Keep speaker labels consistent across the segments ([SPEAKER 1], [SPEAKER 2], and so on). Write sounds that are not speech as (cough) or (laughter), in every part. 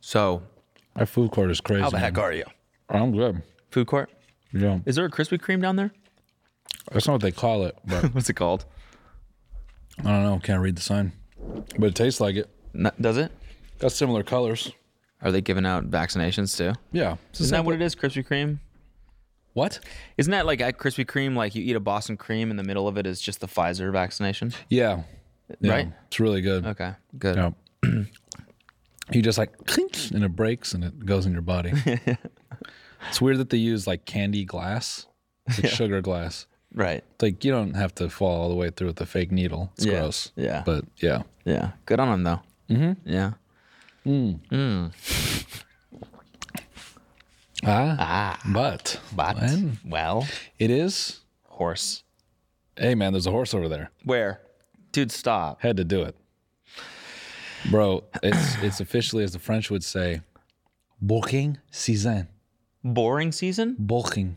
[SPEAKER 1] So
[SPEAKER 2] That food court is crazy.
[SPEAKER 1] how the heck
[SPEAKER 2] man.
[SPEAKER 1] are you?
[SPEAKER 2] I'm good.
[SPEAKER 1] Food court?
[SPEAKER 2] Yeah,
[SPEAKER 1] Is there a Krispy Kreme down there?
[SPEAKER 2] that's not what they call it,
[SPEAKER 1] (laughs)
[SPEAKER 2] but
[SPEAKER 1] What's it called?
[SPEAKER 2] I don't know. Can't read the sign, but it tastes like it.
[SPEAKER 1] N- does it?
[SPEAKER 2] Got similar colors.
[SPEAKER 1] Are they giving out vaccinations too?
[SPEAKER 2] Yeah.
[SPEAKER 1] Isn't that what it is? Krispy Kreme?
[SPEAKER 2] What?
[SPEAKER 1] Isn't that like at Krispy Kreme? Like you eat a Boston cream, and the middle of it is just the Pfizer vaccination,
[SPEAKER 2] Yeah. Yeah.
[SPEAKER 1] right?
[SPEAKER 2] It's really good.
[SPEAKER 1] Okay, good.
[SPEAKER 2] Yeah. (clears throat) you just like clink, and it breaks and it goes in your
[SPEAKER 1] (laughs)
[SPEAKER 2] body. it's weird that they use like candy glass, It's like sugar glass.
[SPEAKER 1] Right?
[SPEAKER 2] It's like you don't have to fall all the way through with a fake needle. It's
[SPEAKER 1] Yeah.
[SPEAKER 2] gross.
[SPEAKER 1] Yeah.
[SPEAKER 2] But yeah.
[SPEAKER 1] Yeah. Good on them though. Mm-hmm. Yeah.
[SPEAKER 2] Ah. But.
[SPEAKER 1] But
[SPEAKER 2] when
[SPEAKER 1] well,
[SPEAKER 2] it is.
[SPEAKER 1] horse.
[SPEAKER 2] Hey man, there's a horse over there.
[SPEAKER 1] Where? Dude, stop.
[SPEAKER 2] Had to do it, bro. It's it's officially, as the French would say, booking season.
[SPEAKER 1] Boring season?
[SPEAKER 2] Bulking,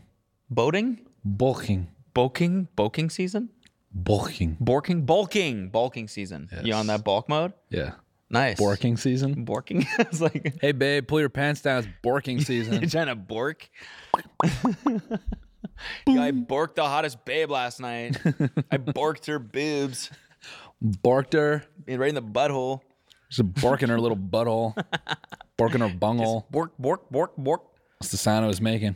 [SPEAKER 1] Boating?
[SPEAKER 2] bulking,
[SPEAKER 1] Bulking? Bulking season?
[SPEAKER 2] bulking.
[SPEAKER 1] Borking? Bulking. Bulking season. You on that bulk mode?
[SPEAKER 2] Yeah.
[SPEAKER 1] Nice.
[SPEAKER 2] Borking season.
[SPEAKER 1] Borking. (laughs) it's like
[SPEAKER 2] (laughs) Hey babe, pull your pants down. It's borking
[SPEAKER 1] you're
[SPEAKER 2] (laughs) season.
[SPEAKER 1] trying to bork. Yeah, I borked the hottest babe last night.
[SPEAKER 2] (laughs)
[SPEAKER 1] I borked her boobs.
[SPEAKER 2] Borked her.
[SPEAKER 1] right in the butthole.
[SPEAKER 2] She's borking her little butthole. Borking her bunghole.
[SPEAKER 1] Bork, bork, bork, bork.
[SPEAKER 2] That's the sound I was making.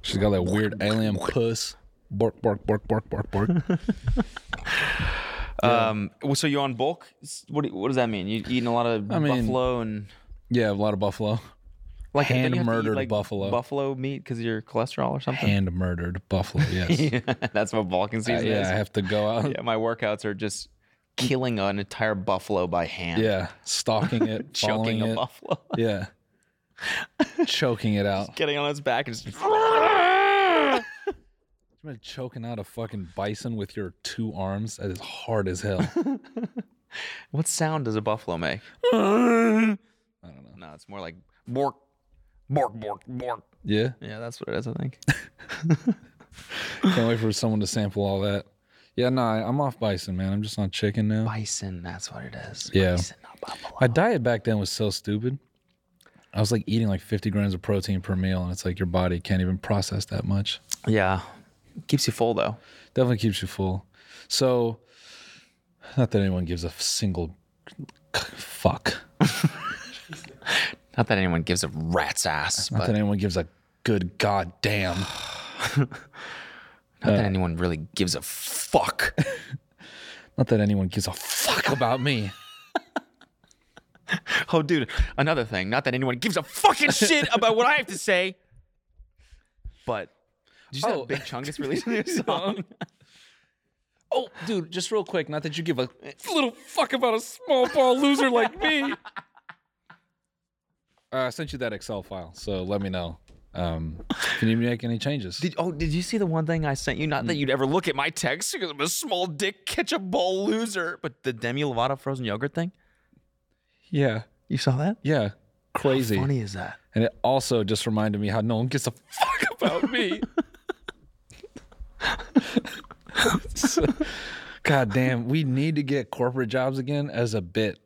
[SPEAKER 2] She's got that weird alien puss. Bork, bork, bork, bork, bork, bork.
[SPEAKER 1] Um, well, so you on bulk? S- What, do- what does that mean? You eating a lot of
[SPEAKER 2] mean,
[SPEAKER 1] buffalo and
[SPEAKER 2] Yeah, a lot of buffalo.
[SPEAKER 1] like don't you
[SPEAKER 2] hand
[SPEAKER 1] have to eat,
[SPEAKER 2] murdered buffalo.
[SPEAKER 1] buffalo meat because of your cholesterol or something.
[SPEAKER 2] Hand murdered buffalo, (laughs) yes.
[SPEAKER 1] (laughs) That's what bulking
[SPEAKER 2] Uh,
[SPEAKER 1] season
[SPEAKER 2] yeah,
[SPEAKER 1] is.
[SPEAKER 2] I have to go out.
[SPEAKER 1] yeah, my workouts are just killing an entire buffalo by hand.
[SPEAKER 2] Yeah, stalking (laughs) it, following
[SPEAKER 1] choking a
[SPEAKER 2] it.
[SPEAKER 1] buffalo, (laughs)
[SPEAKER 2] Yeah. Choking it out.
[SPEAKER 1] getting on its back and just
[SPEAKER 2] (laughs)
[SPEAKER 1] (laughs)
[SPEAKER 2] Imagine choking out a fucking bison with your two arms. That is hard as hell.
[SPEAKER 1] what sound does a buffalo make? (laughs) I don't know. No, it's more like bork, bork, bork, bork.
[SPEAKER 2] Yeah.
[SPEAKER 1] Yeah, that's what it is. I think.
[SPEAKER 2] Can't wait for someone to sample all that. Yeah, no, I, I'm off bison, man. I'm just on chicken now.
[SPEAKER 1] (laughs) Bison, that's what it is.
[SPEAKER 2] Yeah.
[SPEAKER 1] Bison, not buffalo.
[SPEAKER 2] My diet back then was so stupid. I was like eating like 50 grams of protein per meal, and it's like your body can't even process that much.
[SPEAKER 1] Yeah. Keeps you full though.
[SPEAKER 2] Definitely keeps you full. So, not that anyone gives a single fuck.
[SPEAKER 1] Not that anyone gives a rat's ass,
[SPEAKER 2] Not
[SPEAKER 1] but
[SPEAKER 2] that anyone gives a good goddamn.
[SPEAKER 1] not that anyone really gives a fuck. (laughs)
[SPEAKER 2] Not that anyone gives a fuck
[SPEAKER 1] (laughs)
[SPEAKER 2] about me.
[SPEAKER 1] oh, dude, another thing. Not that anyone gives a (laughs) fucking shit about what I have to say. But did you see
[SPEAKER 2] Oh.
[SPEAKER 1] that Big Chungus released (laughs) a new song?
[SPEAKER 2] (laughs) Oh, dude, just real quick. Not that you give a little fuck about a small ball
[SPEAKER 1] (laughs)
[SPEAKER 2] loser like me. Uh, I sent you that Excel file, so let me know um, if you need me to make any changes.
[SPEAKER 1] Did, oh, did you see the one thing I sent you? Not that you'd ever look at my text because I'm a small dick ketchup ball loser. But the Demi Lovato frozen yogurt thing?
[SPEAKER 2] yeah,
[SPEAKER 1] You saw that?
[SPEAKER 2] yeah, crazy.
[SPEAKER 1] Funny is that?
[SPEAKER 2] And it also just reminded me how no one gives a fuck about me. (laughs) So- God damn, we need to get corporate jobs again as a bit.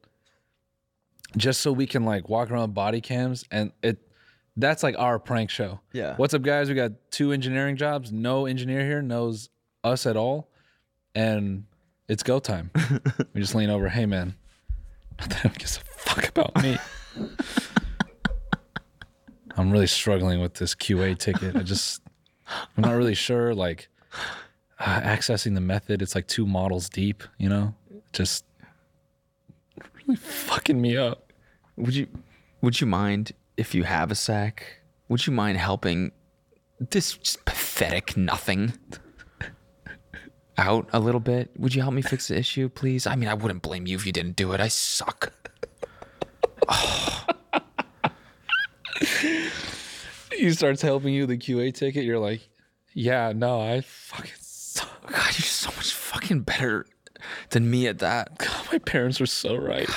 [SPEAKER 2] Just so we can like walk around with body cams and it that's like our prank show.
[SPEAKER 1] Yeah.
[SPEAKER 2] What's up guys? We got two engineering jobs. No engineer here knows us at all. And it's go time. we just lean over, hey man. (laughs) Not that anyone gives a fuck about me. I'm really struggling with this QA ticket. I just, I'm not really sure. Like uh, accessing the method, it's like two models deep. You know, just really fucking me up.
[SPEAKER 1] Would you would you mind if you have a sack? Would you mind helping this just pathetic nothing out a little bit? Would you help me fix the issue, please? I mean, I wouldn't blame you if you didn't do it. I suck.
[SPEAKER 2] He starts helping you with the QA ticket. You're like, yeah, no, I fucking suck.
[SPEAKER 1] God, you're so much fucking better than me at that.
[SPEAKER 2] God, my parents were so right.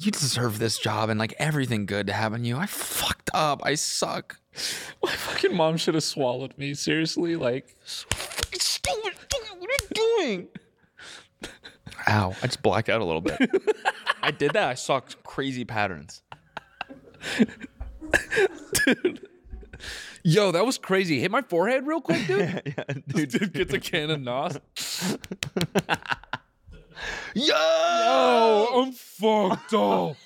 [SPEAKER 1] You deserve this job and like everything good to happen to you. I fucked up. I suck.
[SPEAKER 2] My fucking mom should have swallowed me. Seriously, like,
[SPEAKER 1] Stupid, stupid, what are you doing? (laughs) Ow, I just (laughs) blacked out a little bit. I did that. I saw crazy patterns.
[SPEAKER 2] Yo, that was crazy. Hit my forehead real quick,
[SPEAKER 1] (laughs)
[SPEAKER 2] dude.
[SPEAKER 1] (laughs) yeah, dude.
[SPEAKER 2] dude gets a can of Nos.
[SPEAKER 1] Yo!
[SPEAKER 2] Oh, I'm fucked (laughs) up.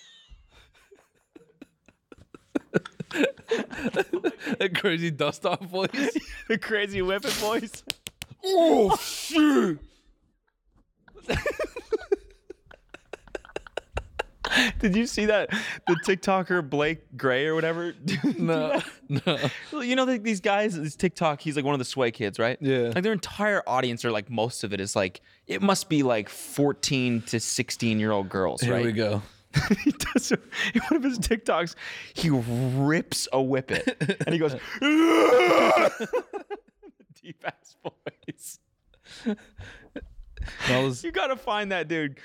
[SPEAKER 2] that crazy dust off voice.
[SPEAKER 1] (laughs) The crazy whipping voice.
[SPEAKER 2] Oh shit!
[SPEAKER 1] Did you see that? The TikToker Blake Gray or (laughs) whatever.
[SPEAKER 2] No, no.
[SPEAKER 1] Well, you know like, these guys, this TikTok, he's like one of the sway kids, right?
[SPEAKER 2] Yeah.
[SPEAKER 1] Like their entire audience, or like most of it, is like it must be like fourteen to sixteen year old girls,
[SPEAKER 2] Here
[SPEAKER 1] right?
[SPEAKER 2] we go.
[SPEAKER 1] (laughs) he does a- in one of his TikToks, he rips a whippet and he
[SPEAKER 2] (laughs)
[SPEAKER 1] goes, (laughs) deep ass voice.
[SPEAKER 2] All those,
[SPEAKER 1] You gotta find that dude.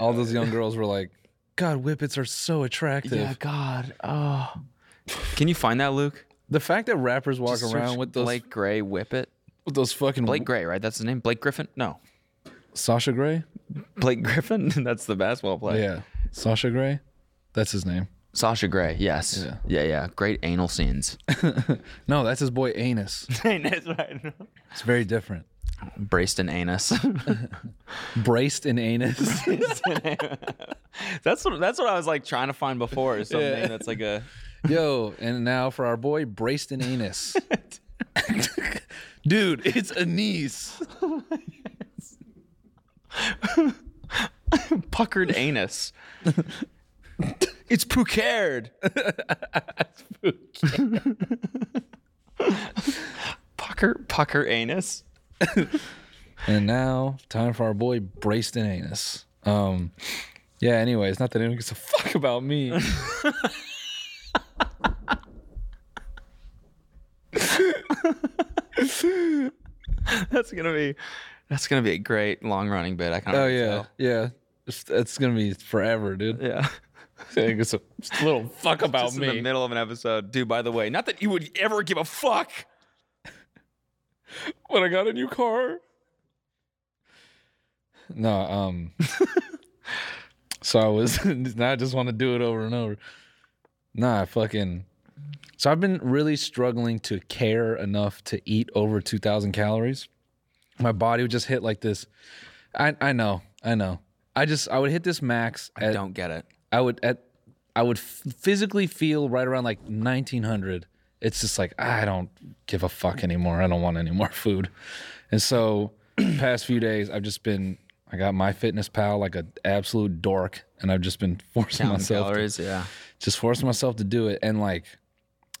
[SPEAKER 2] all those young girls were like, "God, whippets are so attractive."
[SPEAKER 1] Yeah, God. Oh, can you find that, Luke?
[SPEAKER 2] The fact that rappers walk
[SPEAKER 1] Search
[SPEAKER 2] around with those,
[SPEAKER 1] Blake Gray whippet.
[SPEAKER 2] with those fucking
[SPEAKER 1] Blake Gray, right? That's the name. Blake Griffin? No, (laughs)
[SPEAKER 2] Sasha Gray.
[SPEAKER 1] Blake Griffin. (laughs) That's the basketball player.
[SPEAKER 2] Yeah, Sasha Gray. That's his name.
[SPEAKER 1] Sasha Gray. Yes. Yeah. Yeah. Great anal (laughs) scenes.
[SPEAKER 2] No, that's his boy Anus.
[SPEAKER 1] Anus, right?
[SPEAKER 2] It's very different.
[SPEAKER 1] Braced an anus.
[SPEAKER 2] Braced in anus.
[SPEAKER 1] (laughs) that's what that's what I was like trying to find before. Is something
[SPEAKER 2] Yeah.
[SPEAKER 1] that's like a
[SPEAKER 2] Yo, and now for our boy Braced in anus. Dude, it's anise.
[SPEAKER 1] puckered anus. it's puckered. pucker pucker anus.
[SPEAKER 2] And now time for our boy Braced in anus. Um yeah, anyways, not that anyone gives a fuck about me.
[SPEAKER 1] (laughs) That's gonna be that's gonna be a great long running bit. I can
[SPEAKER 2] Oh
[SPEAKER 1] already
[SPEAKER 2] yeah.
[SPEAKER 1] tell.
[SPEAKER 2] Yeah. It's, it's gonna be forever, dude.
[SPEAKER 1] Yeah. (laughs)
[SPEAKER 2] I think it's a just a little fuck about
[SPEAKER 1] Just in
[SPEAKER 2] me.
[SPEAKER 1] the middle of an episode. Dude, by the way, not that you would ever give a fuck.
[SPEAKER 2] when I got a new car. No, (laughs) um. so I was. (laughs) now I just want to do it over and over. Nah, fucking. So I've been really struggling to care enough to eat over two thousand calories. My body would just hit like this. I I know, I know. I just I would hit this max at
[SPEAKER 1] Don't get it.
[SPEAKER 2] I would at I would f- physically feel right around like 1900. It's just like "Ah, I don't give a fuck anymore. I don't want any more food. And so (clears throat) past few days I've just been I got my fitness pal like an absolute dork and I've just been (laughs) forcing
[SPEAKER 1] Counting
[SPEAKER 2] myself to-
[SPEAKER 1] calories, yeah.
[SPEAKER 2] just forcing myself to do it and like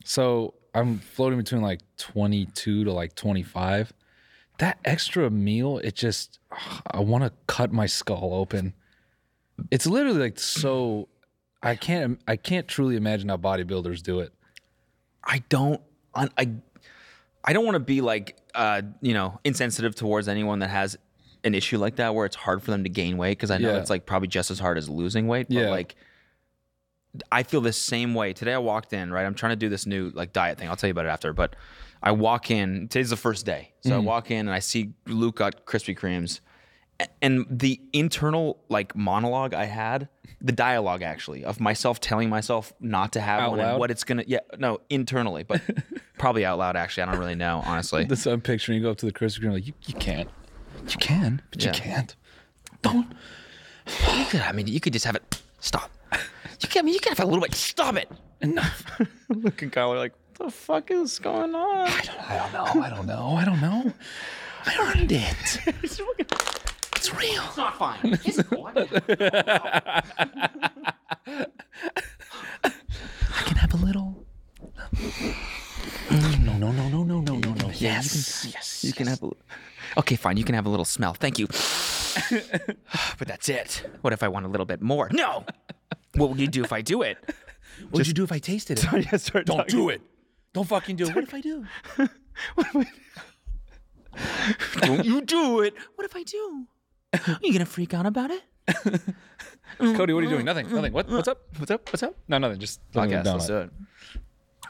[SPEAKER 2] so i'm floating between like 22 to like 25 that extra meal it just i want to cut my skull open it's literally like so i can't i can't truly imagine how bodybuilders do it
[SPEAKER 1] I don't I I, I don't want to be like uh, you know, insensitive towards anyone that has an issue like that where it's hard for them to gain weight because I know
[SPEAKER 2] Yeah.
[SPEAKER 1] it's like probably just as hard as losing weight, but
[SPEAKER 2] Yeah.
[SPEAKER 1] like I feel the same way. Today I walked in, right? I'm trying to do this new like diet thing. I'll tell you about it after, but I walk in. Today's the first day. So I
[SPEAKER 2] Mm-hmm.
[SPEAKER 1] walk in and I see Luke got Krispy Kremes. A- And the internal like monologue I had, the dialogue actually of myself telling myself not to have
[SPEAKER 2] Out
[SPEAKER 1] one
[SPEAKER 2] loud?
[SPEAKER 1] and what it's gonna yeah, no, internally, (laughs) but probably out loud actually. I don't really know, honestly.
[SPEAKER 2] that's what i'm picturing you go up to the Krispy Kreme like you, you can't you can but
[SPEAKER 1] Yeah.
[SPEAKER 2] you can't don't
[SPEAKER 1] You could, I mean, you could just have it. Stop. You can, I mean, you can have a little bit. Stop it.
[SPEAKER 2] enough
[SPEAKER 1] Luke and Kyle are like, what the fuck is going on?
[SPEAKER 2] (laughs) i don't know i don't know i don't know i earned it it's real
[SPEAKER 3] It's not
[SPEAKER 1] (laughs)
[SPEAKER 3] fine. It's good.
[SPEAKER 2] I can have a little. No, no, no, no, no, no, no, no.
[SPEAKER 1] Yes. yes. You can have a little. Okay, fine. You can have a little smell. Thank
[SPEAKER 2] (sighs)
[SPEAKER 1] you. but that's it. What if I want a little bit more? No. What would you do if I do it?
[SPEAKER 2] What would you do if I
[SPEAKER 1] (laughs)
[SPEAKER 2] tasted it? Don't do it. Don't fucking do it. What if I do?
[SPEAKER 1] Don't you do it. What if I do? Are you going to freak out about it?
[SPEAKER 2] Cody, what are you doing? Nothing. Nothing. What? What's up?
[SPEAKER 1] What's up? What's up?
[SPEAKER 2] No, nothing. Just
[SPEAKER 1] Podcast. Let's do it.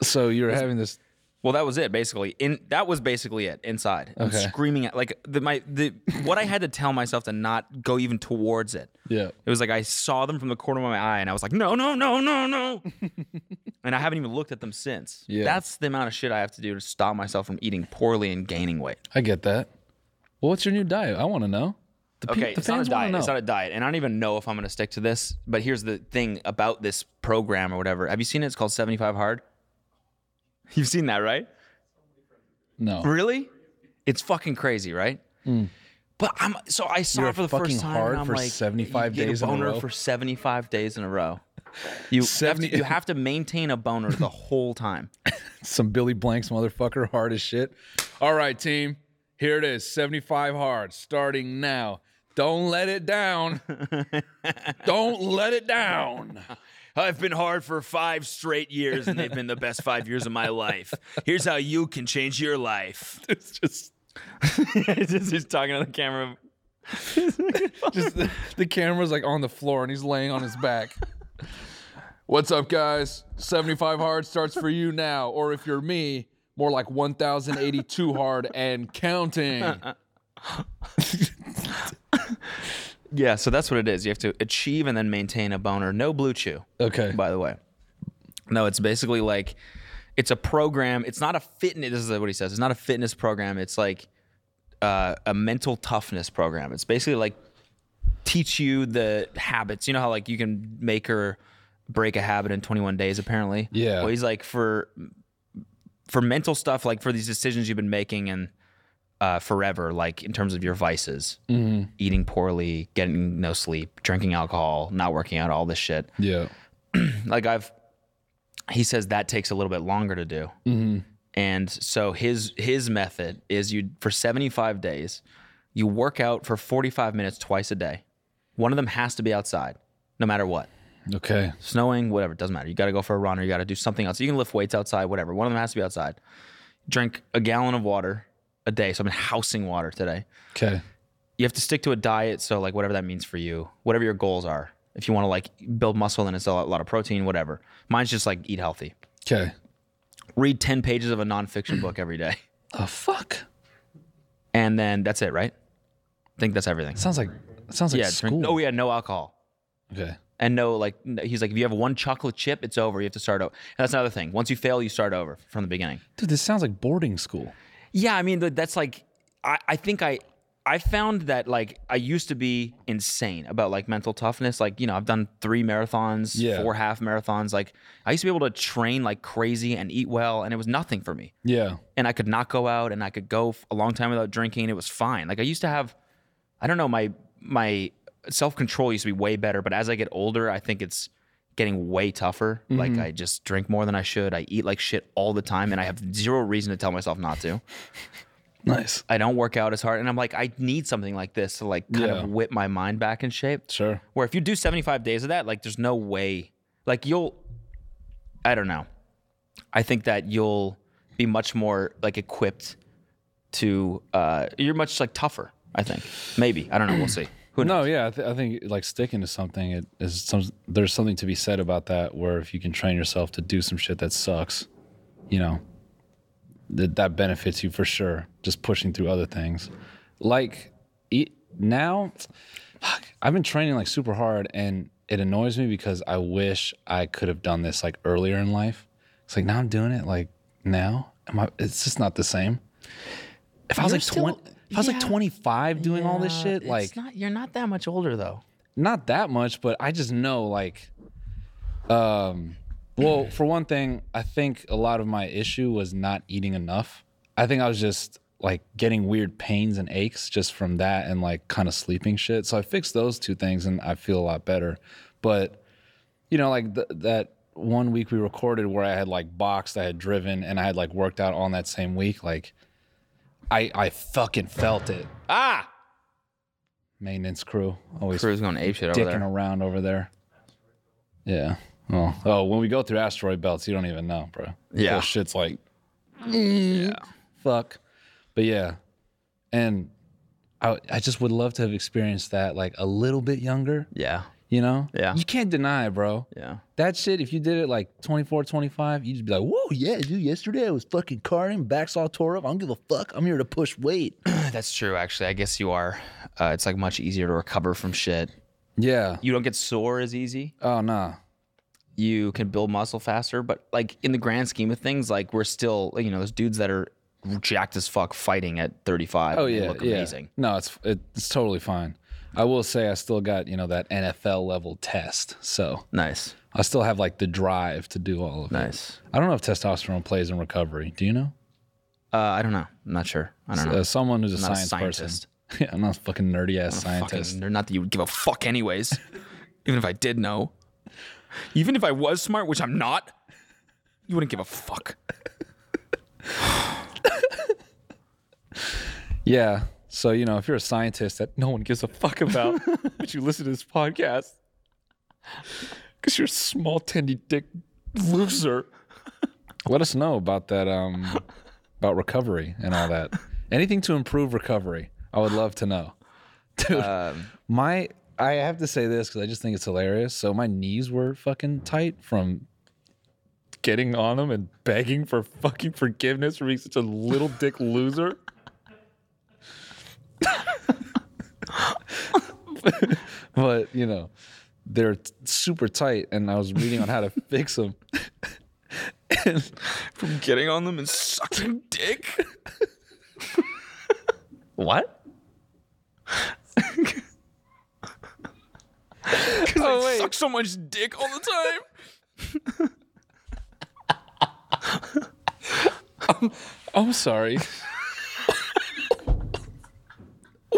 [SPEAKER 2] So you're having this
[SPEAKER 1] Well, that was it basically. In that was basically it inside. I'm
[SPEAKER 2] Okay.
[SPEAKER 1] screaming at like the my the what I had to tell myself to not go even towards it.
[SPEAKER 2] Yeah.
[SPEAKER 1] It was like I saw them from the corner of my eye and I was like, no, no, no, no,
[SPEAKER 2] (laughs)
[SPEAKER 1] no. and I haven't even looked at them since.
[SPEAKER 2] Yeah.
[SPEAKER 1] That's the amount of shit I have to do to stop myself from eating poorly and gaining weight.
[SPEAKER 2] I get that. Well, what's your new diet? I want to know. The pe-
[SPEAKER 1] Okay,
[SPEAKER 2] the
[SPEAKER 1] it's not a
[SPEAKER 2] fans wanna
[SPEAKER 1] diet.
[SPEAKER 2] know.
[SPEAKER 1] It's not a diet. And I don't even know if I'm going to stick to this. But here's the thing about this program or whatever. Have you seen it? It's called 75 Hard. You've seen that, right?
[SPEAKER 2] no.
[SPEAKER 1] Really? It's fucking crazy, right? But I'm so I saw
[SPEAKER 2] You're
[SPEAKER 1] it for the
[SPEAKER 2] fucking
[SPEAKER 1] first time.
[SPEAKER 2] hard
[SPEAKER 1] and I'm
[SPEAKER 2] for
[SPEAKER 1] like,
[SPEAKER 2] 75
[SPEAKER 1] you get a
[SPEAKER 2] days in a
[SPEAKER 1] boner
[SPEAKER 2] row?
[SPEAKER 1] for 75 days in a row. You
[SPEAKER 2] 70
[SPEAKER 1] have to, you have to maintain a boner the whole time.
[SPEAKER 2] Some Billy Blanks motherfucker (laughs) hard as shit. All right, team. Here it is. 75 hard starting now. Don't let
[SPEAKER 1] (laughs)
[SPEAKER 2] it down. Don't let it down.
[SPEAKER 1] (laughs)
[SPEAKER 2] (laughs)
[SPEAKER 1] I've been hard for five straight years, and they've been the best five years of my life. Here's how you can change your life.
[SPEAKER 2] It's just
[SPEAKER 1] (laughs) just, he's talking to the (laughs) camera.
[SPEAKER 2] just the, the camera's like on the floor and he's laying on his back. What's up, guys? 75 hard starts for you now, or if you're me, more like 1082 hard and counting.
[SPEAKER 1] Yeah, so that's what it is. You have to achieve and then maintain a boner. No blue chew.
[SPEAKER 2] Okay.
[SPEAKER 1] by the way. No, it's basically like it's a program. It's not a fitness. This is what he says. It's not a fitness program. It's like uh, a mental toughness program. It's basically like teach you the habits. You know how like you can make or break a habit in 21 days. Apparently,
[SPEAKER 2] Yeah.
[SPEAKER 1] Well, he's like for for mental stuff, like for these decisions you've been making and uh, forever, like in terms of your vices,
[SPEAKER 2] Mm-hmm.
[SPEAKER 1] eating poorly, getting no sleep, drinking alcohol, not working out, all this shit
[SPEAKER 2] Yeah.
[SPEAKER 1] like I've he says that takes a little bit longer to do. And so his his method is you for 75 days, you work out for 45 minutes twice a day. One of them has to be outside, no matter what.
[SPEAKER 2] Okay.
[SPEAKER 1] Snowing, whatever, doesn't matter. You got to go for a run or you got to do something else. You can lift weights outside, whatever. One of them has to be outside. Drink a gallon of water a day. So I've been housing water today
[SPEAKER 2] Okay.
[SPEAKER 1] you have to stick to a diet. So like whatever that means for you, whatever your goals are. If you want to like build muscle, then it's a lot, lot of protein, whatever. Mine's just like eat healthy.
[SPEAKER 2] Okay.
[SPEAKER 1] Read ten pages of a nonfiction book every
[SPEAKER 2] (clears throat)
[SPEAKER 1] day,
[SPEAKER 2] Oh fuck.
[SPEAKER 1] and then that's it, right? I think that's everything.
[SPEAKER 2] Sounds like sounds like
[SPEAKER 1] Yeah,
[SPEAKER 2] school.
[SPEAKER 1] drink. Oh yeah, no alcohol.
[SPEAKER 2] Okay.
[SPEAKER 1] And no, like n- he's like, if you have one chocolate chip, it's over. You have to start over. And that's another thing. Once you fail, you start over from the beginning.
[SPEAKER 2] Dude, this sounds like boarding school.
[SPEAKER 1] Yeah, I mean th- that's like I, I think I I found that like I used to be insane about like mental toughness. Like, you know, I've done three marathons,
[SPEAKER 2] Yeah.
[SPEAKER 1] four half marathons. Like I used to be able to train like crazy and eat well and it was nothing for me.
[SPEAKER 2] Yeah.
[SPEAKER 1] And I could not go out and I could go f- a long time without drinking. It was fine. Like I used to have I don't know, my my self control used to be way better, but as I get older, I think it's getting way tougher. Like I just drink more than I should. I eat like shit all the time and I have zero reason to tell myself not to.
[SPEAKER 2] Nice.
[SPEAKER 1] I don't work out as hard, and I'm like, I need something like this to like kind
[SPEAKER 2] Yeah.
[SPEAKER 1] of whip my mind back in shape.
[SPEAKER 2] Sure.
[SPEAKER 1] Where if you do 75 days of that, like, there's no way, like, you'll, I don't know, I think that you'll be much more like equipped to, uh, you're much like tougher. I think maybe I don't know. We'll (clears throat) see. Who knows?
[SPEAKER 2] No, yeah, I, th- I think like sticking to something it is some. There's something to be said about that, where if you can train yourself to do some shit that sucks, you know, that that benefits you for sure. Just pushing through other things, like eat now. fuck, I've been training like super hard, and it annoys me because I wish I could have done this like earlier in life. It's like now I'm doing it like now. Am I, it's just not the same. If I was
[SPEAKER 1] You're
[SPEAKER 2] like
[SPEAKER 1] still-
[SPEAKER 2] twenty, if I was like
[SPEAKER 1] yeah.
[SPEAKER 2] 25 doing all this
[SPEAKER 1] Uh,
[SPEAKER 2] shit,
[SPEAKER 1] it's
[SPEAKER 2] like
[SPEAKER 1] not, you're not that much older though.
[SPEAKER 2] not that much, but I just know like um well, for one thing, I think a lot of my issue was not eating enough. I think I was just like getting weird pains and aches just from that and like kind of sleeping shit. So I fixed those two things and I feel a lot better. But you know, like th- that one week we recorded where I had like boxed, I had driven and I had like worked out on that same week, like I I fucking felt it.
[SPEAKER 1] Ah,
[SPEAKER 2] Maintenance crew always
[SPEAKER 1] crew's going ape shit over
[SPEAKER 2] dicking
[SPEAKER 1] Oh, there.
[SPEAKER 2] around over there. Yeah. Oh, oh, when we go through asteroid belts, you don't even know, bro.
[SPEAKER 1] Yeah.
[SPEAKER 2] Whole shit's like, fuck. But yeah, and I, I just would love to have experienced that like a little bit younger.
[SPEAKER 1] Yeah,
[SPEAKER 2] You know?
[SPEAKER 1] Yeah.
[SPEAKER 2] You can't deny it, bro.
[SPEAKER 1] Yeah. (clears throat)
[SPEAKER 2] That shit, if you did it like 24, 25, you'd just be like, whoa, yeah, dude, yesterday I was fucking carting, back's all tore up. I don't give a fuck. I'm here to push weight.
[SPEAKER 1] That's true, actually. I guess you are. Uh, it's like much easier to recover from shit.
[SPEAKER 2] Yeah.
[SPEAKER 1] You don't get sore as easy.
[SPEAKER 2] Oh, nah.
[SPEAKER 1] You can build muscle faster, but like in the grand scheme of things, like we're still, you know, there's dudes that are jacked as fuck fighting at 35.
[SPEAKER 2] Oh,
[SPEAKER 1] and they
[SPEAKER 2] yeah.
[SPEAKER 1] look
[SPEAKER 2] yeah.
[SPEAKER 1] amazing.
[SPEAKER 2] No, it's it, it's totally fine. I will say I still got, you know, that NFL level test. So
[SPEAKER 1] Nice,
[SPEAKER 2] I still have like the drive to do all of it.
[SPEAKER 1] nice.
[SPEAKER 2] I don't know if testosterone plays in recovery. Do you know?
[SPEAKER 1] Uh, I don't know. I'm not sure. I don't know.
[SPEAKER 2] Uh, someone who's a
[SPEAKER 1] I'm not a
[SPEAKER 2] science
[SPEAKER 1] scientist.
[SPEAKER 2] person. (laughs) yeah, I'm not a fucking nerdy ass scientist.
[SPEAKER 1] Fucking, not that you would give a fuck, anyways. (laughs) Even if I did know, even if I was smart, which I'm not, you wouldn't give a fuck.
[SPEAKER 2] Yeah. So, you know, if you're a scientist that no one gives a
[SPEAKER 1] (laughs)
[SPEAKER 2] fuck about, but you listen to this podcast because you're a small, tendy dick loser, let us know about that, um, about recovery and all that. Anything to improve recovery, I would love to know. (laughs) Dude, my, I have to say this because I just think it's hilarious. So, my knees were fucking tight from getting on them and begging for fucking forgiveness for being such a little dick loser. (laughs) but you know they're t- super tight and i was reading on how to fix (laughs) them and
[SPEAKER 1] From getting on them and sucking dick. what? Because I suck so much dick all the time.
[SPEAKER 2] i'm sorry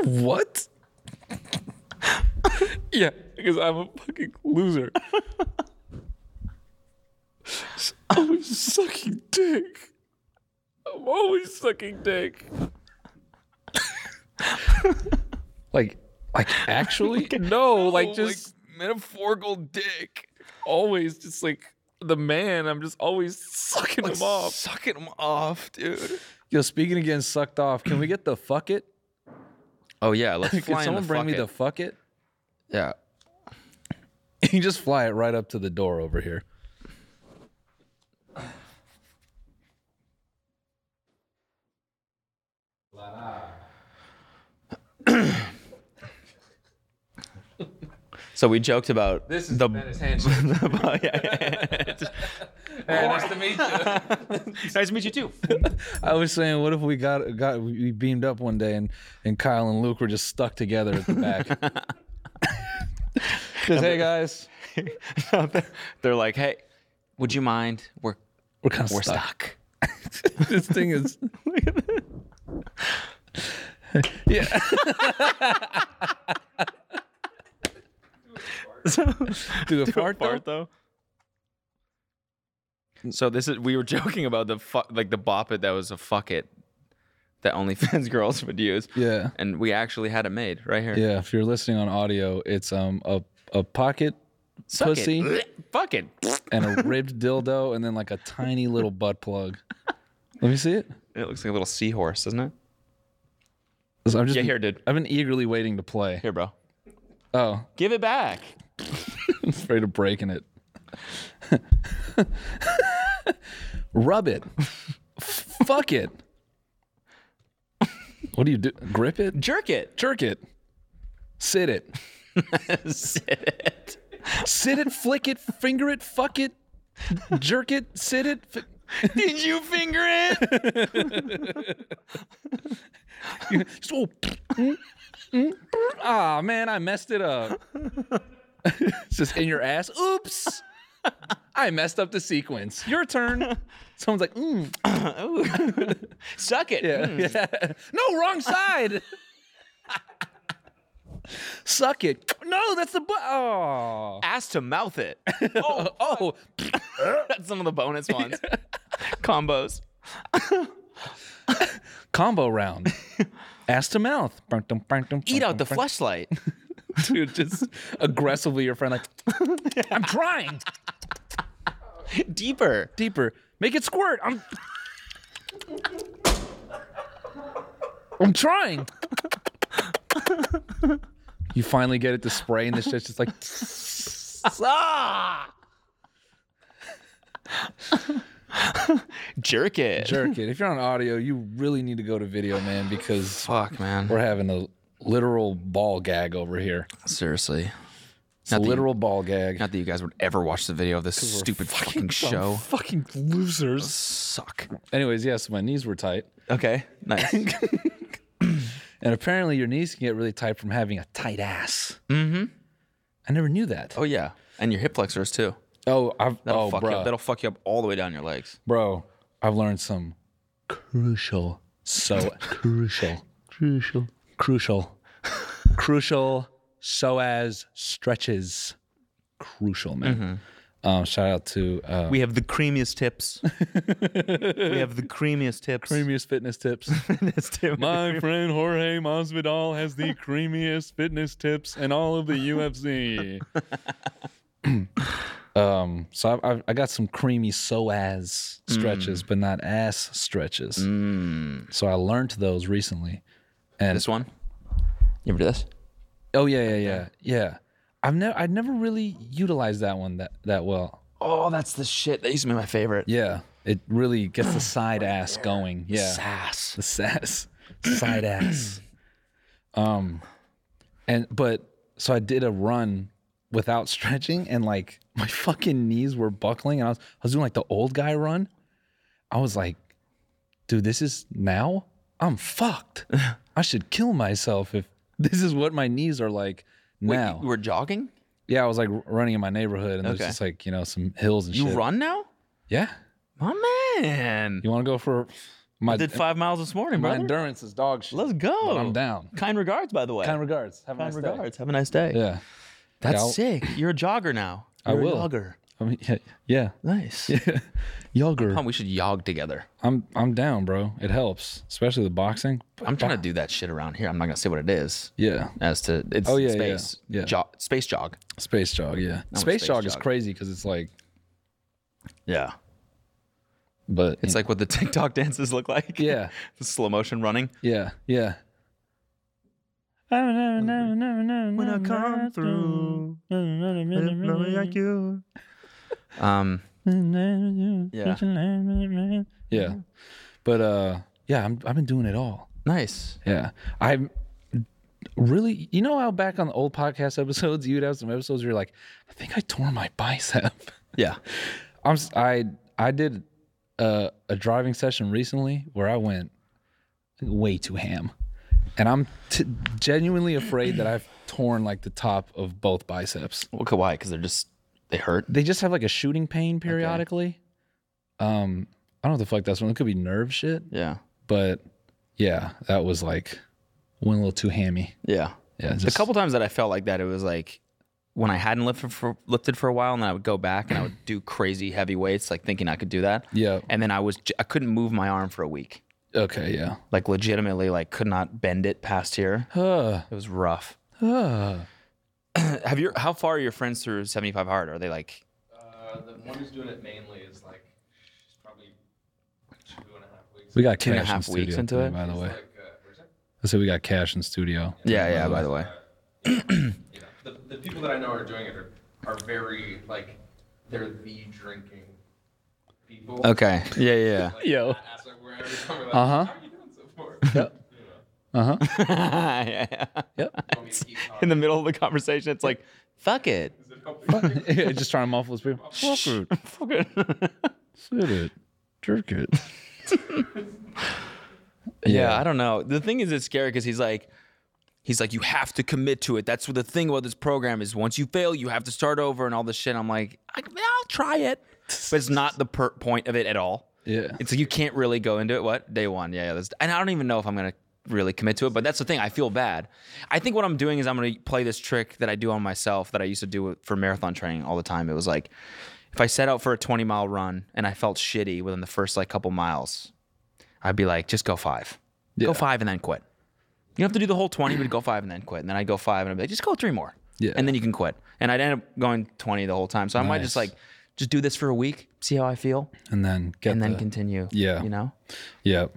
[SPEAKER 2] what yeah because i'm a fucking loser i'm always sucking dick i'm always sucking dick like like actually no (laughs) like just
[SPEAKER 1] metaphorical dick.
[SPEAKER 2] always just like the man. I'm just always sucking him off.
[SPEAKER 1] Sucking them off, dude.
[SPEAKER 2] Yo, speaking of getting sucked off, can we get the fuck it?
[SPEAKER 1] Oh yeah, let's
[SPEAKER 2] Can
[SPEAKER 1] fly in
[SPEAKER 2] someone
[SPEAKER 1] the
[SPEAKER 2] bring me the
[SPEAKER 1] fuck
[SPEAKER 2] fuck it? (laughs)
[SPEAKER 1] it. yeah.
[SPEAKER 2] You can just fly it right up to the door over here.
[SPEAKER 1] So we joked about this is (laughs) the
[SPEAKER 2] handshake.
[SPEAKER 1] yeah, yeah,
[SPEAKER 2] nice to meet you.
[SPEAKER 1] yeah. nice to meet you too. (laughs)
[SPEAKER 2] I was saying, what if we got got we beamed up one day and and Kyle and Luke were just stuck together at the back?
[SPEAKER 1] (laughs)
[SPEAKER 2] Because hey guys,
[SPEAKER 1] They're like, hey, would you mind? We're
[SPEAKER 2] we're kind of
[SPEAKER 1] we're
[SPEAKER 2] stuck.
[SPEAKER 1] stuck.
[SPEAKER 2] this thing is. yeah.
[SPEAKER 1] (laughs)
[SPEAKER 2] Do a fart, though?
[SPEAKER 1] though. So this is we were joking about the fu- like the bop it that was a fuck it that OnlyFans (laughs) girls would use.
[SPEAKER 2] Yeah.
[SPEAKER 1] And we actually had it made right here.
[SPEAKER 2] Yeah. If you're listening on audio, it's um a a pocket
[SPEAKER 1] Suck
[SPEAKER 2] pussy
[SPEAKER 1] It. Fuck it.
[SPEAKER 2] and a
[SPEAKER 1] (laughs)
[SPEAKER 2] ribbed dildo and then like a tiny little butt plug. Let me see it.
[SPEAKER 1] It looks like a little seahorse, doesn't it?
[SPEAKER 2] So I'm just,
[SPEAKER 1] Yeah, here, dude.
[SPEAKER 2] I've been eagerly waiting to play.
[SPEAKER 1] Here, bro.
[SPEAKER 2] Oh,
[SPEAKER 1] Give it back.
[SPEAKER 2] afraid of breaking it. (laughs) Rub it. Fuck it. What do you do? Grip it?
[SPEAKER 1] Jerk (laughs) it.
[SPEAKER 2] Jerk it. Sit it.
[SPEAKER 1] Sit it.
[SPEAKER 2] Sit it, flick it, finger it, fuck it, jerk it, sit it. fi-
[SPEAKER 1] Did you finger it? (laughs)
[SPEAKER 2] Just, oh, mm, mm, ah, man, I messed it up. it's just in your ass. Oops. I messed up the sequence. Your turn. Someone's like, mm,
[SPEAKER 1] Suck it.
[SPEAKER 2] Yeah. (laughs) Yeah. No, wrong side. Suck it. No, that's the bu- oh.
[SPEAKER 1] Ass to mouth it. (laughs)
[SPEAKER 2] oh oh
[SPEAKER 1] That's some of the (laughs) bonus ones. Combos. (laughs)
[SPEAKER 2] combo round. Ass to mouth.
[SPEAKER 1] Eat (laughs) out the fleshlight.
[SPEAKER 2] Dude, just aggressively your friend like I'm trying.
[SPEAKER 1] (laughs) Deeper.
[SPEAKER 2] Deeper. Make it squirt. I'm I'm trying. You finally get it to spray, and this shit's just like, (laughs)
[SPEAKER 1] (laughs) Ah! Jerk it.
[SPEAKER 2] jerk it. If you're on audio, you really need to go to video, man, because
[SPEAKER 1] Fuck, man.
[SPEAKER 2] we're having a literal ball gag over here.
[SPEAKER 1] Seriously.
[SPEAKER 2] It's a
[SPEAKER 1] Nothing.
[SPEAKER 2] literal ball gag.
[SPEAKER 1] Not that you guys would ever watch the video of this stupid fucking,
[SPEAKER 2] Some
[SPEAKER 1] show.
[SPEAKER 2] Fucking losers.
[SPEAKER 1] Suck.
[SPEAKER 2] Anyways, yes, my knees were tight.
[SPEAKER 1] Okay. Nice. (laughs)
[SPEAKER 2] And apparently your knees can get really tight from having a tight ass.
[SPEAKER 1] mm-hmm.
[SPEAKER 2] I never knew that.
[SPEAKER 1] Oh yeah. And your hip flexors too.
[SPEAKER 2] Oh, I've
[SPEAKER 1] That'll
[SPEAKER 2] oh,
[SPEAKER 1] fuck you up.
[SPEAKER 2] bro,
[SPEAKER 1] That'll fuck you up all the way down your legs.
[SPEAKER 2] bro, I've learned some crucial, so (laughs) crucial, crucial, crucial, crucial, so as stretches. Crucial, man. Um, shout out to uh,
[SPEAKER 1] We have the creamiest (laughs) tips. we have the creamiest tips. (laughs)
[SPEAKER 2] Premius Fitness Tips.
[SPEAKER 1] Creamiest tip.
[SPEAKER 2] My friend Jorge Masvidal has the creamiest fitness tips in all of the UFC. (clears throat) um, so I, I, I got some creamy so as stretches, but not ass stretches. So I learned those recently.
[SPEAKER 1] This one. You ever do this?
[SPEAKER 2] Oh yeah, yeah, yeah, yeah. I've never, I never really utilized that one that that well.
[SPEAKER 1] Oh, that's the shit. That used to be my favorite.
[SPEAKER 2] Yeah, it really gets the side ass going. Yeah,
[SPEAKER 1] Sass.
[SPEAKER 2] the sass side ass (clears throat) um and but so i did a run without stretching and like my (laughs) fucking knees were buckling and i was i was doing like the old guy run i was like dude this is now
[SPEAKER 1] (laughs)
[SPEAKER 2] i'm fucked i should kill myself if this is what my knees are like
[SPEAKER 1] Wait,
[SPEAKER 2] now
[SPEAKER 1] you were jogging?
[SPEAKER 2] yeah i was like running in my neighborhood and there's
[SPEAKER 1] Okay.
[SPEAKER 2] just like you know some hills and
[SPEAKER 1] You
[SPEAKER 2] shit
[SPEAKER 1] run now?
[SPEAKER 2] yeah
[SPEAKER 1] My man.
[SPEAKER 2] you want to go for my,
[SPEAKER 1] I did five miles this morning,
[SPEAKER 2] my
[SPEAKER 1] brother.
[SPEAKER 2] endurance is dog shit
[SPEAKER 1] Let's go.
[SPEAKER 2] but i'm down
[SPEAKER 1] Kind regards, by the way.
[SPEAKER 2] Kind regards. Have a
[SPEAKER 1] Kind
[SPEAKER 2] nice day.
[SPEAKER 1] regards. Have a nice day.
[SPEAKER 2] Yeah.
[SPEAKER 1] That's
[SPEAKER 2] Yeah, I'll-
[SPEAKER 1] (laughs) sick. You're a jogger now.
[SPEAKER 2] I
[SPEAKER 1] You're
[SPEAKER 2] will.
[SPEAKER 1] A jogger.
[SPEAKER 2] I mean, yeah. yeah. (laughs)
[SPEAKER 1] Nice.
[SPEAKER 2] Yager.
[SPEAKER 1] Come, we should yog together.
[SPEAKER 2] I'm I'm down, bro. It helps, especially the boxing.
[SPEAKER 1] I'm trying to do that shit around here. I'm not gonna say what it is.
[SPEAKER 2] Yeah.
[SPEAKER 1] As to it's
[SPEAKER 2] Oh, yeah, yeah,
[SPEAKER 1] space
[SPEAKER 2] yeah.
[SPEAKER 1] Jo- space jog.
[SPEAKER 2] Space jog. Yeah.
[SPEAKER 1] with
[SPEAKER 2] Space,
[SPEAKER 1] space
[SPEAKER 2] jog, is
[SPEAKER 1] jog.
[SPEAKER 2] crazy because it's like,
[SPEAKER 1] Yeah.
[SPEAKER 2] but
[SPEAKER 1] It's like what the (laughs) TikTok dances look like. (laughs)
[SPEAKER 2] yeah,
[SPEAKER 1] the slow motion running.
[SPEAKER 2] yeah, yeah. When
[SPEAKER 4] I come through, you.
[SPEAKER 1] Um.
[SPEAKER 2] yeah, yeah, but uh, yeah, I'm, I've been doing it all.
[SPEAKER 1] Nice.
[SPEAKER 2] Yeah. I'm really, you know how back on the old podcast episodes, (laughs) you'd have some episodes where you're like, I think I tore my (laughs) bicep.
[SPEAKER 1] Yeah.
[SPEAKER 2] I'm, s- I, I did a, a driving session recently where I went way too ham. And I'm t- genuinely afraid that I've torn like the top of both biceps.
[SPEAKER 1] Well, okay, why? Because they're just they hurt.
[SPEAKER 2] They just have like a shooting pain periodically. Um, I don't know what the fuck that's one. It could be nerve shit,
[SPEAKER 1] Yeah.
[SPEAKER 2] but yeah, that was like went a little too hammy.
[SPEAKER 1] Yeah.
[SPEAKER 2] Yeah,
[SPEAKER 1] The
[SPEAKER 2] just,
[SPEAKER 1] couple times that I felt like that, it was like when I hadn't lifted for lifted for a while, and then I would go back and I would do crazy heavy weights, like thinking I could do that.
[SPEAKER 2] Yeah.
[SPEAKER 1] And then I was j- I couldn't move my arm for a week.
[SPEAKER 2] Okay. Yeah.
[SPEAKER 1] Like legitimately, like could not bend it past here.
[SPEAKER 2] Uh,
[SPEAKER 1] It was rough.
[SPEAKER 2] uh.
[SPEAKER 1] (clears throat) Have your how far are your friends through seventy five hard? Are they like
[SPEAKER 4] the one who's doing it mainly is like she's probably two and a half weeks.
[SPEAKER 2] We got
[SPEAKER 1] Two and a
[SPEAKER 2] cash
[SPEAKER 1] half
[SPEAKER 2] in
[SPEAKER 1] weeks
[SPEAKER 2] studio,
[SPEAKER 1] into
[SPEAKER 2] today,
[SPEAKER 1] it?
[SPEAKER 2] By the way,
[SPEAKER 4] Like, uh, where's that?
[SPEAKER 2] I said we got cash in studio.
[SPEAKER 1] yeah yeah by the way
[SPEAKER 4] You know, the, the people that I know are doing it are, are very like they're the drinking people.
[SPEAKER 1] okay yeah yeah
[SPEAKER 4] Like,
[SPEAKER 2] Yo.
[SPEAKER 4] I ask, like, where every time we're like,
[SPEAKER 2] Uh-huh.
[SPEAKER 4] How are you doing so far? Yep. You know,
[SPEAKER 2] Uh huh.
[SPEAKER 1] (laughs) yeah, yeah.
[SPEAKER 2] Yep.
[SPEAKER 4] you want me to keep
[SPEAKER 1] (laughs) in
[SPEAKER 4] talking?
[SPEAKER 1] the middle of the conversation it's like fuck it
[SPEAKER 4] Is it
[SPEAKER 1] (laughs)
[SPEAKER 4] helping?
[SPEAKER 2] Just trying to muffle his people. Fuck it.
[SPEAKER 1] fuck it
[SPEAKER 2] Sit it. Jerk it.
[SPEAKER 1] yeah I don't know the thing is it's scary because he's like he's like you have to commit to it that's what the thing about this program is once you fail you have to start over and all this shit I'm like I, I'll try it but it's not the per- point of it at all
[SPEAKER 2] Yeah.
[SPEAKER 1] It's like you can't really go into it. What day one? Yeah, yeah. That's, and I don't even know if I'm gonna really commit to it. But that's the thing. I feel bad. I think what I'm doing is I'm gonna play this trick that I do on myself that I used to do for marathon training all the time. It was like if I set out for a 20 mile run and I felt shitty within the first like couple miles, I'd be like, just go five,
[SPEAKER 2] Yeah.
[SPEAKER 1] go five, and then quit. You don't have to do the whole 20, but go five and then quit. And then I go five and I'd be like, just go three more.
[SPEAKER 2] Yeah.
[SPEAKER 1] And then you can quit. And I'd end up going 20 the whole time. So I might just
[SPEAKER 2] Nice.
[SPEAKER 1] like, just do this for a week, see how I feel
[SPEAKER 2] And then get
[SPEAKER 1] and then
[SPEAKER 2] the-
[SPEAKER 1] continue.
[SPEAKER 2] Yeah.
[SPEAKER 1] You
[SPEAKER 2] (laughs)
[SPEAKER 1] know?
[SPEAKER 2] Yep.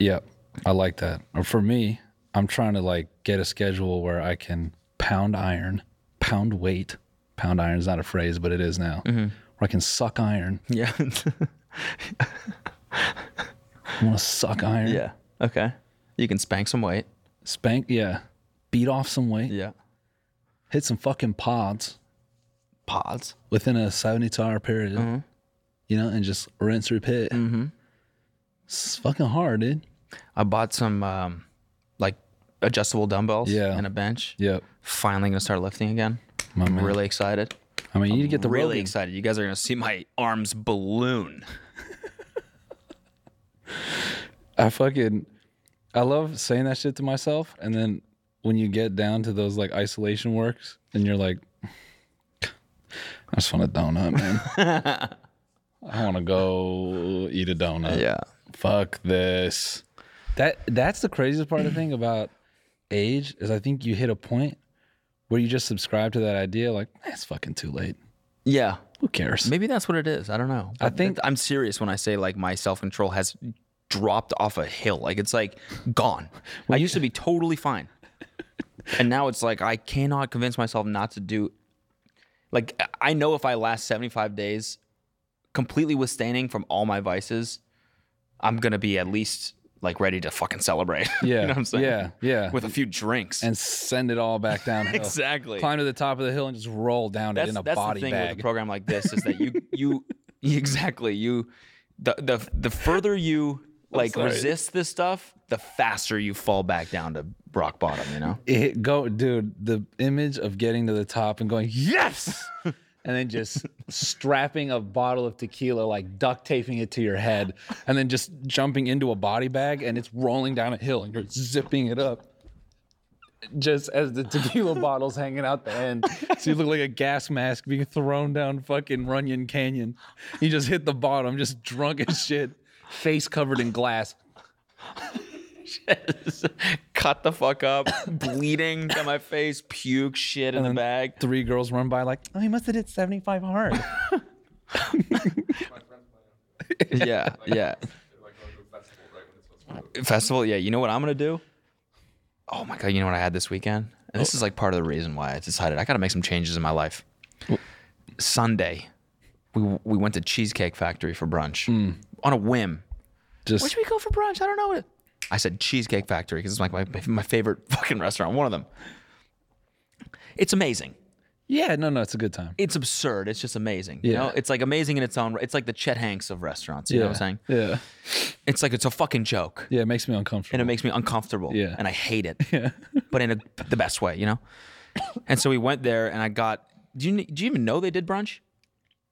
[SPEAKER 2] Yep. I like that. Or For me, I'm trying to like get a schedule where I can pound iron, pound weight. Pound iron is not a phrase, but it is now.
[SPEAKER 1] Mm-hmm.
[SPEAKER 2] Where I can suck iron.
[SPEAKER 1] Yeah.
[SPEAKER 2] I want to suck iron.
[SPEAKER 1] yeah. Okay. You can spank some weight.
[SPEAKER 2] Spank. Yeah. Beat off some weight.
[SPEAKER 1] Yeah.
[SPEAKER 2] Hit some fucking pods
[SPEAKER 1] Pods.
[SPEAKER 2] within a 72 hour period.
[SPEAKER 1] Mm-hmm.
[SPEAKER 2] You know, and just rinse, repeat. Mm-hmm. It's fucking hard, dude.
[SPEAKER 1] I bought some um, like adjustable dumbbells
[SPEAKER 2] Yeah.
[SPEAKER 1] and a bench.
[SPEAKER 2] Yep.
[SPEAKER 1] Finally gonna start lifting again.
[SPEAKER 2] My
[SPEAKER 1] I'm
[SPEAKER 2] man.
[SPEAKER 1] really excited.
[SPEAKER 2] I mean, you need to get the
[SPEAKER 1] really
[SPEAKER 2] Rogan.
[SPEAKER 1] excited. You guys are gonna see my arms balloon.
[SPEAKER 2] I fucking I love saying that shit to myself and then when you get down to those like isolation works and you're like (sighs) I just want a donut, man.
[SPEAKER 1] (laughs)
[SPEAKER 2] I want to go eat a donut. Fuck this. That that's the craziest part I think about age is I think you hit a point where you just subscribe to that idea like "Eh, it's fucking too late.
[SPEAKER 1] Yeah.
[SPEAKER 2] Who cares?
[SPEAKER 1] Maybe that's what it is. I don't know.
[SPEAKER 2] I think-
[SPEAKER 1] I'm serious when I say like my self control has dropped off a hill. Like it's like (laughs) gone. I used to be totally (laughs) fine. and now it's like I cannot convince myself not to do like I know if I last 75 days completely withstanding from all my vices, I'm gonna be at least like ready to fucking celebrate. (laughs) you
[SPEAKER 2] Yeah.
[SPEAKER 1] know what I'm saying?
[SPEAKER 2] Yeah. Yeah.
[SPEAKER 1] With a few drinks.
[SPEAKER 2] and send it all back
[SPEAKER 1] (laughs)
[SPEAKER 2] downhill.
[SPEAKER 1] exactly.
[SPEAKER 2] Climb to the top of the hill and just roll down it in a
[SPEAKER 1] that's
[SPEAKER 2] body
[SPEAKER 1] the thing
[SPEAKER 2] bag.
[SPEAKER 1] with a program like this is that (laughs) you you exactly you the the the further you (laughs) like
[SPEAKER 2] sorry.
[SPEAKER 1] resist this stuff, the faster you fall back down to rock bottom. You know.
[SPEAKER 2] It go, dude. The image of getting to the top and going yes, and then just strapping a bottle of tequila, like duct taping it to your head, and then just jumping into a body bag and it's rolling down a hill and you're zipping it up, just as the tequila (laughs) bottle's hanging out the end. So you look like a gas mask being thrown down fucking Runyon Canyon. You just hit the bottom, just drunk as shit, face covered in glass.
[SPEAKER 1] (laughs) Cut the fuck (laughs) up, bleeding down my face, puke, shit in the bag.
[SPEAKER 2] Three girls run by like, oh, he must have did 75 hard.
[SPEAKER 4] My friends play on it.
[SPEAKER 1] Yeah, yeah.
[SPEAKER 4] They're like going to a festival right when it's supposed to.
[SPEAKER 1] Festival, yeah. You know what I'm gonna do? Oh my god, you know what I had this weekend? And this is like part of the reason why I decided I gotta make some changes in my life. Sunday, we we went to Cheesecake Factory for brunch on a whim.
[SPEAKER 2] Just
[SPEAKER 1] Where should we go for brunch? I don't know. what- I said Cheesecake Factory because it's like my, my favorite (laughs) fucking restaurant, one of them. It's amazing.
[SPEAKER 2] Yeah, no, no, it's a good time.
[SPEAKER 1] It's absurd. It's just amazing. You
[SPEAKER 2] Yeah.
[SPEAKER 1] know, it's like amazing in its own. It's like the Chet Hanks of restaurants. You know what I'm saying?
[SPEAKER 2] Yeah.
[SPEAKER 1] It's like it's a fucking joke
[SPEAKER 2] Yeah, it makes me uncomfortable.
[SPEAKER 1] and it makes me uncomfortable.
[SPEAKER 2] (laughs) Yeah.
[SPEAKER 1] And I hate it. But in a, the best way, you
[SPEAKER 2] (coughs)
[SPEAKER 1] know? And so we went there and I got, do you, do you even know they did brunch?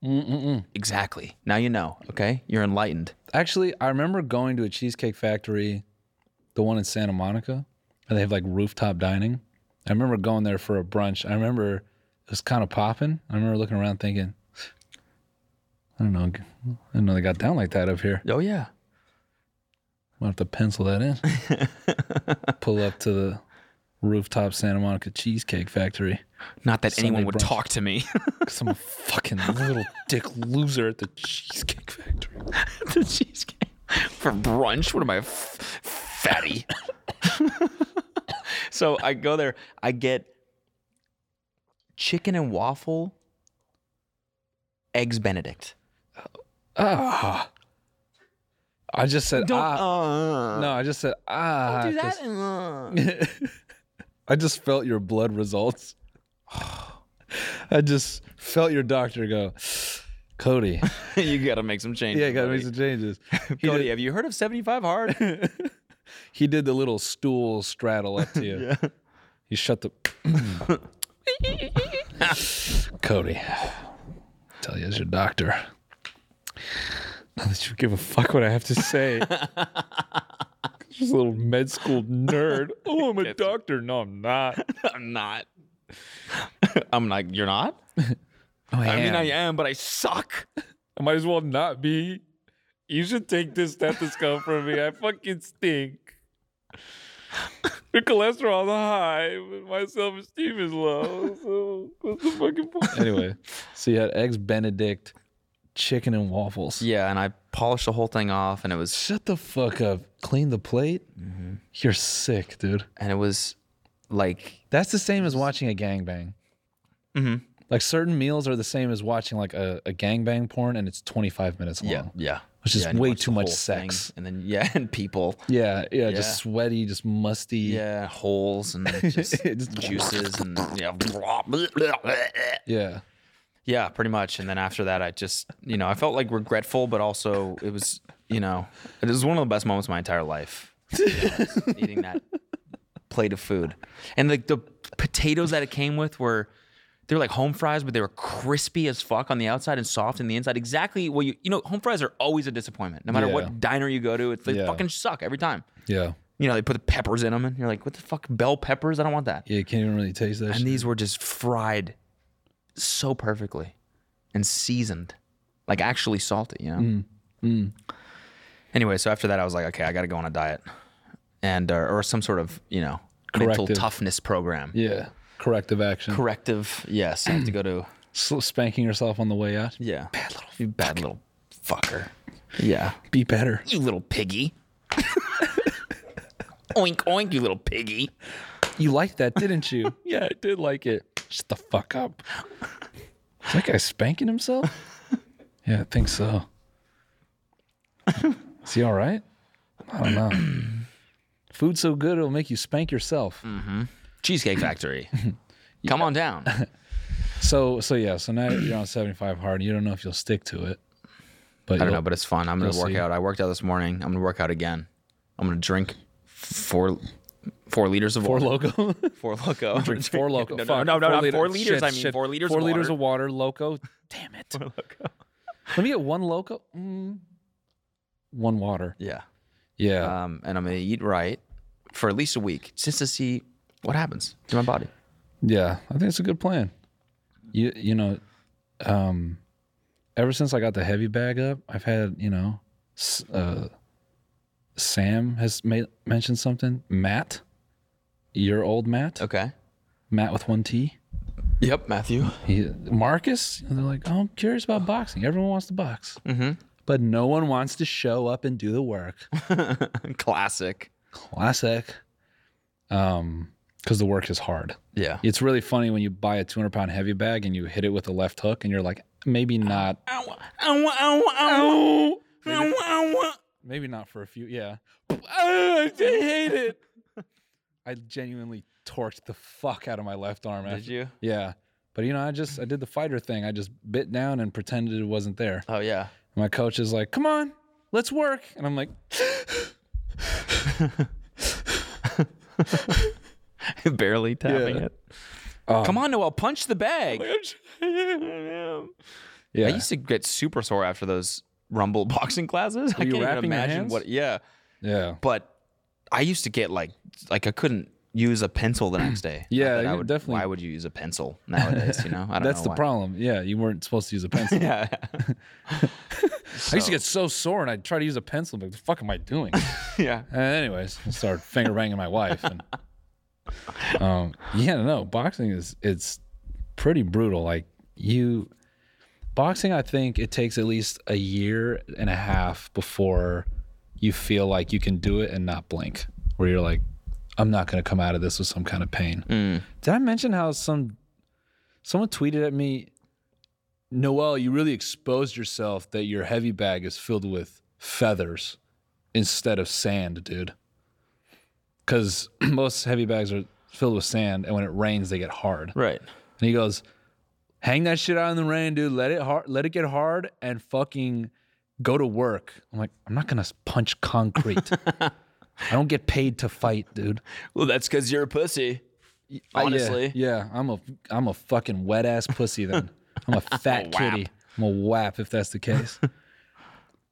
[SPEAKER 1] Mm-mm-mm. Exactly. Now you know, okay? You're enlightened.
[SPEAKER 2] Actually, I remember going to a cheesecake factory, the one in Santa Monica, and they have like rooftop dining. I remember going there for a brunch. I remember it was kind of popping. I remember looking around thinking, I don't know, I didn't know they got down like that up here.
[SPEAKER 1] Oh, yeah.
[SPEAKER 2] I'll have to pencil that in.
[SPEAKER 1] (laughs)
[SPEAKER 2] Pull up to the rooftop Santa Monica Cheesecake Factory.
[SPEAKER 1] Not that anyone
[SPEAKER 2] Sunday
[SPEAKER 1] would
[SPEAKER 2] brunch.
[SPEAKER 1] talk to
[SPEAKER 2] (laughs)
[SPEAKER 1] me. (laughs)
[SPEAKER 2] Cause I'm a fucking little dick loser at the Cheesecake Factory.
[SPEAKER 1] the cheesecake for brunch. What am I, f- fatty? (laughs) so I go there. I get chicken and waffle, eggs Benedict.
[SPEAKER 2] Ah. I just said ah.
[SPEAKER 1] uh,
[SPEAKER 2] no, I just said ah.
[SPEAKER 1] do Uh. that.
[SPEAKER 2] 'cause-
[SPEAKER 1] uh.
[SPEAKER 2] (laughs) I just felt your blood results. (sighs) I just felt your doctor go,
[SPEAKER 1] (laughs)
[SPEAKER 2] Cody.
[SPEAKER 1] you got to make some changes.
[SPEAKER 2] Yeah, gotta make
[SPEAKER 1] buddy.
[SPEAKER 2] some changes. He
[SPEAKER 1] Cody,
[SPEAKER 2] did,
[SPEAKER 1] have you heard of 75 (laughs) hard?
[SPEAKER 2] he did the little stool straddle up (laughs) to you. He shut (laughs) the. Cody, tell you as your doctor. Not that you give a fuck what I have to say. (laughs) Just a little med school (laughs) nerd. Oh, I'm a doctor. No, I'm not.
[SPEAKER 1] I'm not. (laughs) I'm not. You're not?
[SPEAKER 2] Oh,
[SPEAKER 1] I mean, I am, but I suck. (laughs)
[SPEAKER 2] I might as well not be. You should take this stethoscope from me. I fucking stink. Your cholesterol's high, but my self esteem is low. So what's the fucking point? Anyway, so you had eggs Benedict, chicken and waffles.
[SPEAKER 1] Yeah, and I polished the whole thing off, and it was
[SPEAKER 2] Mm-hmm. Shut the fuck up. Clean the plate. You're sick, dude.
[SPEAKER 1] and it was like
[SPEAKER 2] That's the same as watching a gangbang. Mm-hmm.
[SPEAKER 1] Mhm.
[SPEAKER 2] Like certain meals are the same as watching like a, a gangbang porn, and it's 25 minutes long.
[SPEAKER 1] yeah yeah
[SPEAKER 2] Which is
[SPEAKER 1] Yeah, and you
[SPEAKER 2] way
[SPEAKER 1] watch the
[SPEAKER 2] too much
[SPEAKER 1] whole thing,
[SPEAKER 2] sex.
[SPEAKER 1] and then yeah (laughs) and people
[SPEAKER 2] Yeah, yeah,
[SPEAKER 1] Yeah.
[SPEAKER 2] just sweaty, just musty.
[SPEAKER 1] yeah holes (laughs) and just
[SPEAKER 2] (laughs) Just-
[SPEAKER 1] juices and yeah (laughs)
[SPEAKER 2] yeah.
[SPEAKER 1] yeah pretty much and then after that I just you know I felt like regretful but also it was you know it was one of the best moments of my entire
[SPEAKER 2] (laughs)
[SPEAKER 1] life to be honest, eating that plate of food and like the potatoes that it came with were they were like home fries but they were crispy as fuck on the outside and soft on the inside exactly what you you know home fries are always a disappointment no matter
[SPEAKER 2] Yeah.
[SPEAKER 1] what diner you go to it's they
[SPEAKER 2] Yeah.
[SPEAKER 1] fucking suck every time
[SPEAKER 2] Yeah.
[SPEAKER 1] you know, they put the peppers in them, and you're like, what the fuck, bell peppers? I don't want that.
[SPEAKER 2] Yeah, you can't even really taste that
[SPEAKER 1] And
[SPEAKER 2] shit.
[SPEAKER 1] these were just fried so perfectly and seasoned, like actually salty, you know? Anyway, so after that, I was like, okay, I got to go on a diet and, uh, or some sort of, you know, mental
[SPEAKER 2] Corrective.
[SPEAKER 1] toughness program.
[SPEAKER 2] yeah. Corrective action.
[SPEAKER 1] Corrective. Yes. I have to go to,
[SPEAKER 2] S- spanking yourself on the way out.
[SPEAKER 1] yeah. Bad little, you bad little fucker. Yeah.
[SPEAKER 2] Be better.
[SPEAKER 1] You little piggy. oink, oink, you little piggy.
[SPEAKER 2] You liked that, didn't you? (laughs) yeah, I did like it. Shut the fuck up. Is that guy spanking (laughs) himself? yeah, I think so. Is he all right? I don't (clears throat) know. Food's so good it'll make you spank yourself.
[SPEAKER 1] Cheesecake Factory. Come on down.
[SPEAKER 2] So so yeah, so now you're on 75 hard. You don't know if you'll stick to it. But
[SPEAKER 1] I don't
[SPEAKER 2] you'll-
[SPEAKER 1] know, but it's fun. I'm gonna
[SPEAKER 2] You'll
[SPEAKER 1] work
[SPEAKER 2] see.
[SPEAKER 1] out. I worked out this morning. I'm gonna work out again. I'm gonna drink four four liters of
[SPEAKER 2] Four
[SPEAKER 1] water.
[SPEAKER 2] (laughs) loco.
[SPEAKER 1] Four loco. I'm
[SPEAKER 2] (laughs) Drink
[SPEAKER 1] gonna
[SPEAKER 2] four
[SPEAKER 1] drink- (laughs)
[SPEAKER 2] loco.
[SPEAKER 1] No, no,
[SPEAKER 2] Fuck,
[SPEAKER 1] no, no, not
[SPEAKER 2] liter-
[SPEAKER 1] four liters.
[SPEAKER 2] shit,
[SPEAKER 1] I mean,
[SPEAKER 2] shit.
[SPEAKER 1] four liters.
[SPEAKER 2] Four
[SPEAKER 1] of
[SPEAKER 2] liters of
[SPEAKER 1] water.
[SPEAKER 2] water. Loco. Damn it. Let me get one loco. Mm. One water.
[SPEAKER 1] Yeah.
[SPEAKER 2] Yeah.
[SPEAKER 1] Um, and I'm gonna eat right for at least a week just to see what happens to my body.
[SPEAKER 2] Yeah, I think it's a good plan. You you know, um, ever since I got the heavy bag up, I've had you know, s- uh, Sam has made, mentioned something. Matt, your old Matt,
[SPEAKER 1] Okay.
[SPEAKER 2] Matt with one T.
[SPEAKER 1] Yep, Matthew.
[SPEAKER 2] He, Marcus, and they're like, oh, I'm curious about boxing. Everyone wants to box,
[SPEAKER 1] Mm-hmm.
[SPEAKER 2] but no one wants to show up and do the work.
[SPEAKER 1] (laughs) (laughs) Classic.
[SPEAKER 2] Classic. Um, because the work is hard.
[SPEAKER 1] Yeah.
[SPEAKER 2] It's really funny when you buy a 200 pound heavy bag and you hit it with a left hook and you're like, maybe not,
[SPEAKER 1] Ow, ow, ow, ow. Ow, ow,
[SPEAKER 2] maybe not for a few. Yeah. (laughs) Ah, I hate it. I genuinely torched the fuck out of my left arm.
[SPEAKER 1] ow. Did
[SPEAKER 2] after-
[SPEAKER 1] you?
[SPEAKER 2] Yeah. But you know, I just, I did the fighter thing. I just bit down and pretended it wasn't there.
[SPEAKER 1] Oh yeah.
[SPEAKER 2] My coach is like, come on, let's work. And I'm like,
[SPEAKER 1] (laughs) Barely tapping
[SPEAKER 2] Yeah. Um,
[SPEAKER 1] it. Come on, Noel, punch the
[SPEAKER 2] (laughs)
[SPEAKER 1] bag.
[SPEAKER 2] yeah.
[SPEAKER 1] I used to get super sore after those Rumble (laughs) boxing classes. I can't
[SPEAKER 2] you
[SPEAKER 1] even
[SPEAKER 2] wrapping your
[SPEAKER 1] imagine
[SPEAKER 2] hands?
[SPEAKER 1] what. Yeah,
[SPEAKER 2] yeah.
[SPEAKER 1] but I used to get like like I couldn't use a pencil the next day. Not
[SPEAKER 2] (clears throat) Yeah,
[SPEAKER 1] that I
[SPEAKER 2] you
[SPEAKER 1] would,
[SPEAKER 2] definitely-
[SPEAKER 1] Why would you use a pencil nowadays? You know, I don't
[SPEAKER 2] That's
[SPEAKER 1] know
[SPEAKER 2] the
[SPEAKER 1] why.
[SPEAKER 2] problem. Yeah. You weren't supposed to use a pencil.
[SPEAKER 1] (laughs) Yeah,
[SPEAKER 2] I used to get so sore and I'd try to use a pencil. But what the fuck am
[SPEAKER 1] (laughs)
[SPEAKER 2] I doing?
[SPEAKER 1] yeah.
[SPEAKER 2] Uh, anyways, I started finger banging my wife. And, um, yeah, no, boxing is it's pretty brutal. Like you, boxing, I think it takes at least a year and a half before you feel like you can do it and not blink, where you're like, I'm not gonna come out of this with some kind of pain. Did I mention how some someone tweeted at me, Noel, you really exposed yourself that your heavy bag is filled with feathers instead of sand, dude. Because (clears throat) most heavy bags are filled with sand, and when it rains, they get hard.
[SPEAKER 1] Right.
[SPEAKER 2] And he goes, "Hang that shit out in the rain, dude. Let it hard, let it get hard, and fucking go to work." I'm like, I'm not gonna s- punch concrete. I don't get paid to fight, dude.
[SPEAKER 1] Well, that's because you're a pussy.
[SPEAKER 2] I- yeah,
[SPEAKER 1] uh, Honestly.
[SPEAKER 2] yeah, I'm a I'm a fucking wet ass pussy. Then
[SPEAKER 1] (laughs)
[SPEAKER 2] I'm a fat kitty. I'm a wap if that's the case.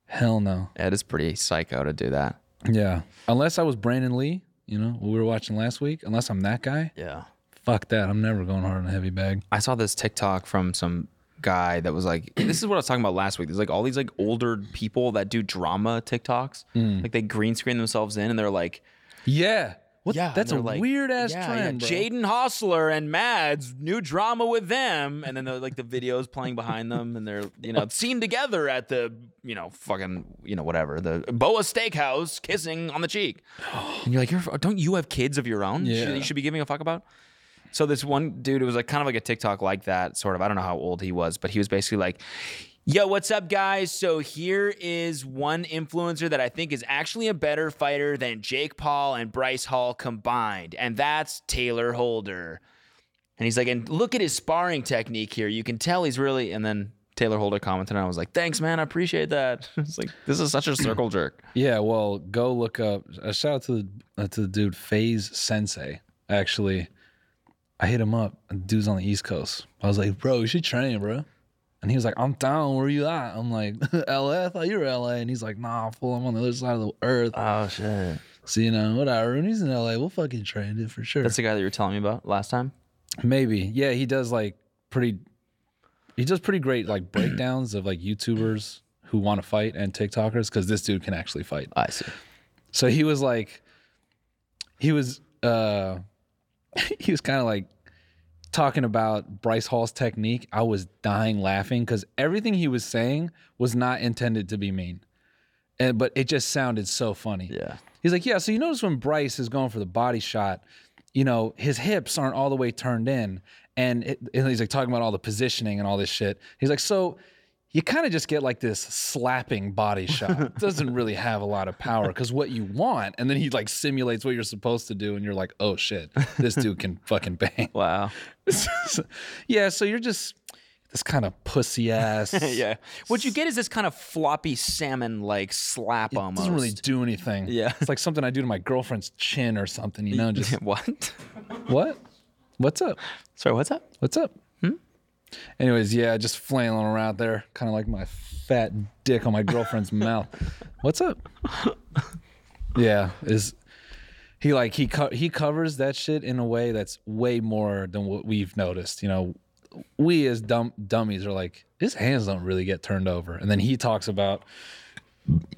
[SPEAKER 2] Hell no.
[SPEAKER 1] That is pretty psycho to do that.
[SPEAKER 2] Yeah. Unless I was Brandon Lee, you know, what we were watching last week, unless I'm that guy,
[SPEAKER 1] Yeah.
[SPEAKER 2] fuck that. I'm never going hard on a heavy bag.
[SPEAKER 1] I saw this TikTok from some guy that was like, this is what I was talking about last week. There's like all these like older
[SPEAKER 2] Mm.
[SPEAKER 1] people that do drama TikToks. Like they green screen themselves in and they're like,
[SPEAKER 2] Yeah. What?
[SPEAKER 1] Yeah, and
[SPEAKER 2] that's a
[SPEAKER 1] they're like-
[SPEAKER 2] weird ass
[SPEAKER 1] yeah, yeah,
[SPEAKER 2] trend. bro.
[SPEAKER 1] Jaden Hostler and Mads new drama with them, and then the, like the videos playing behind them, and they're you know seen together at the you know fucking you know whatever the Boa Steakhouse kissing on the cheek, and you're like, you're, don't you have kids of your own? that
[SPEAKER 2] Yeah.
[SPEAKER 1] you should be giving a fuck about. So this one dude, it was like kind of like a TikTok like that, sort of. I don't know how old he was, but he was basically like, Yo, what's up, guys? So here is one influencer that I think is actually a better fighter than Jake Paul and Bryce Hall combined, and that's Taylor Holder. And he's like, and look at his sparring technique here. You can tell he's really. And then Taylor Holder commented, and I was like, thanks, man. I appreciate that. (laughs) it's like, this is such a circle jerk.
[SPEAKER 2] Yeah, well, go look up. A shout out to the uh, to the dude Phase Sensei. Actually, I hit him up. Dude's on the East Coast. I was like, bro, you should train, bro. And he was like, I'm down. Where you at? I'm like, (laughs) LA. I thought you were LA. And he's like, Nah, fool. I'm on the other side of the earth.
[SPEAKER 1] Oh, shit.
[SPEAKER 2] So you know, whatever. When he's in LA, we'll fucking train it for sure.
[SPEAKER 1] That's the guy that you were telling me about last time?
[SPEAKER 2] Maybe. Yeah, he does like pretty he does pretty great like breakdowns of like YouTubers who want to fight and TikTokers because this dude can actually fight.
[SPEAKER 1] I see.
[SPEAKER 2] So he was like he was uh (laughs) he was kind of like talking about Bryce Hall's technique. I was dying laughing because everything he was saying was not intended to be mean. And but it just sounded so funny.
[SPEAKER 1] Yeah.
[SPEAKER 2] He's like, yeah. So you notice when Bryce is going for the body shot, you know, his hips aren't all the way turned in, and, it, and he's like talking about all the positioning and all this shit. He's like, so you kind of just get like this slapping body
[SPEAKER 1] (laughs)
[SPEAKER 2] shot. It doesn't really have a lot of power because what you want, and then he like simulates what you're supposed to do, and you're like, oh shit, this
[SPEAKER 1] (laughs)
[SPEAKER 2] dude can fucking bang.
[SPEAKER 1] Wow.
[SPEAKER 2] yeah. So you're just this kind of pussy ass.
[SPEAKER 1] (laughs) yeah. What you get is this kind of floppy salmon like slap
[SPEAKER 2] It
[SPEAKER 1] almost.
[SPEAKER 2] doesn't really do anything.
[SPEAKER 1] Yeah.
[SPEAKER 2] It's like something I do to my girlfriend's chin or something, you know, just
[SPEAKER 1] (laughs) what?
[SPEAKER 2] What? What's up?
[SPEAKER 1] Sorry, what's up?
[SPEAKER 2] What's up? Hmm? Anyways, yeah, just flailing around there, kind of like my fat dick on my girlfriend's mouth. What's up? Yeah, is he like he co- he covers that shit in a way that's way more than what we've noticed. You know, we as dumb dummies are like his hands don't really get turned over, and then he talks about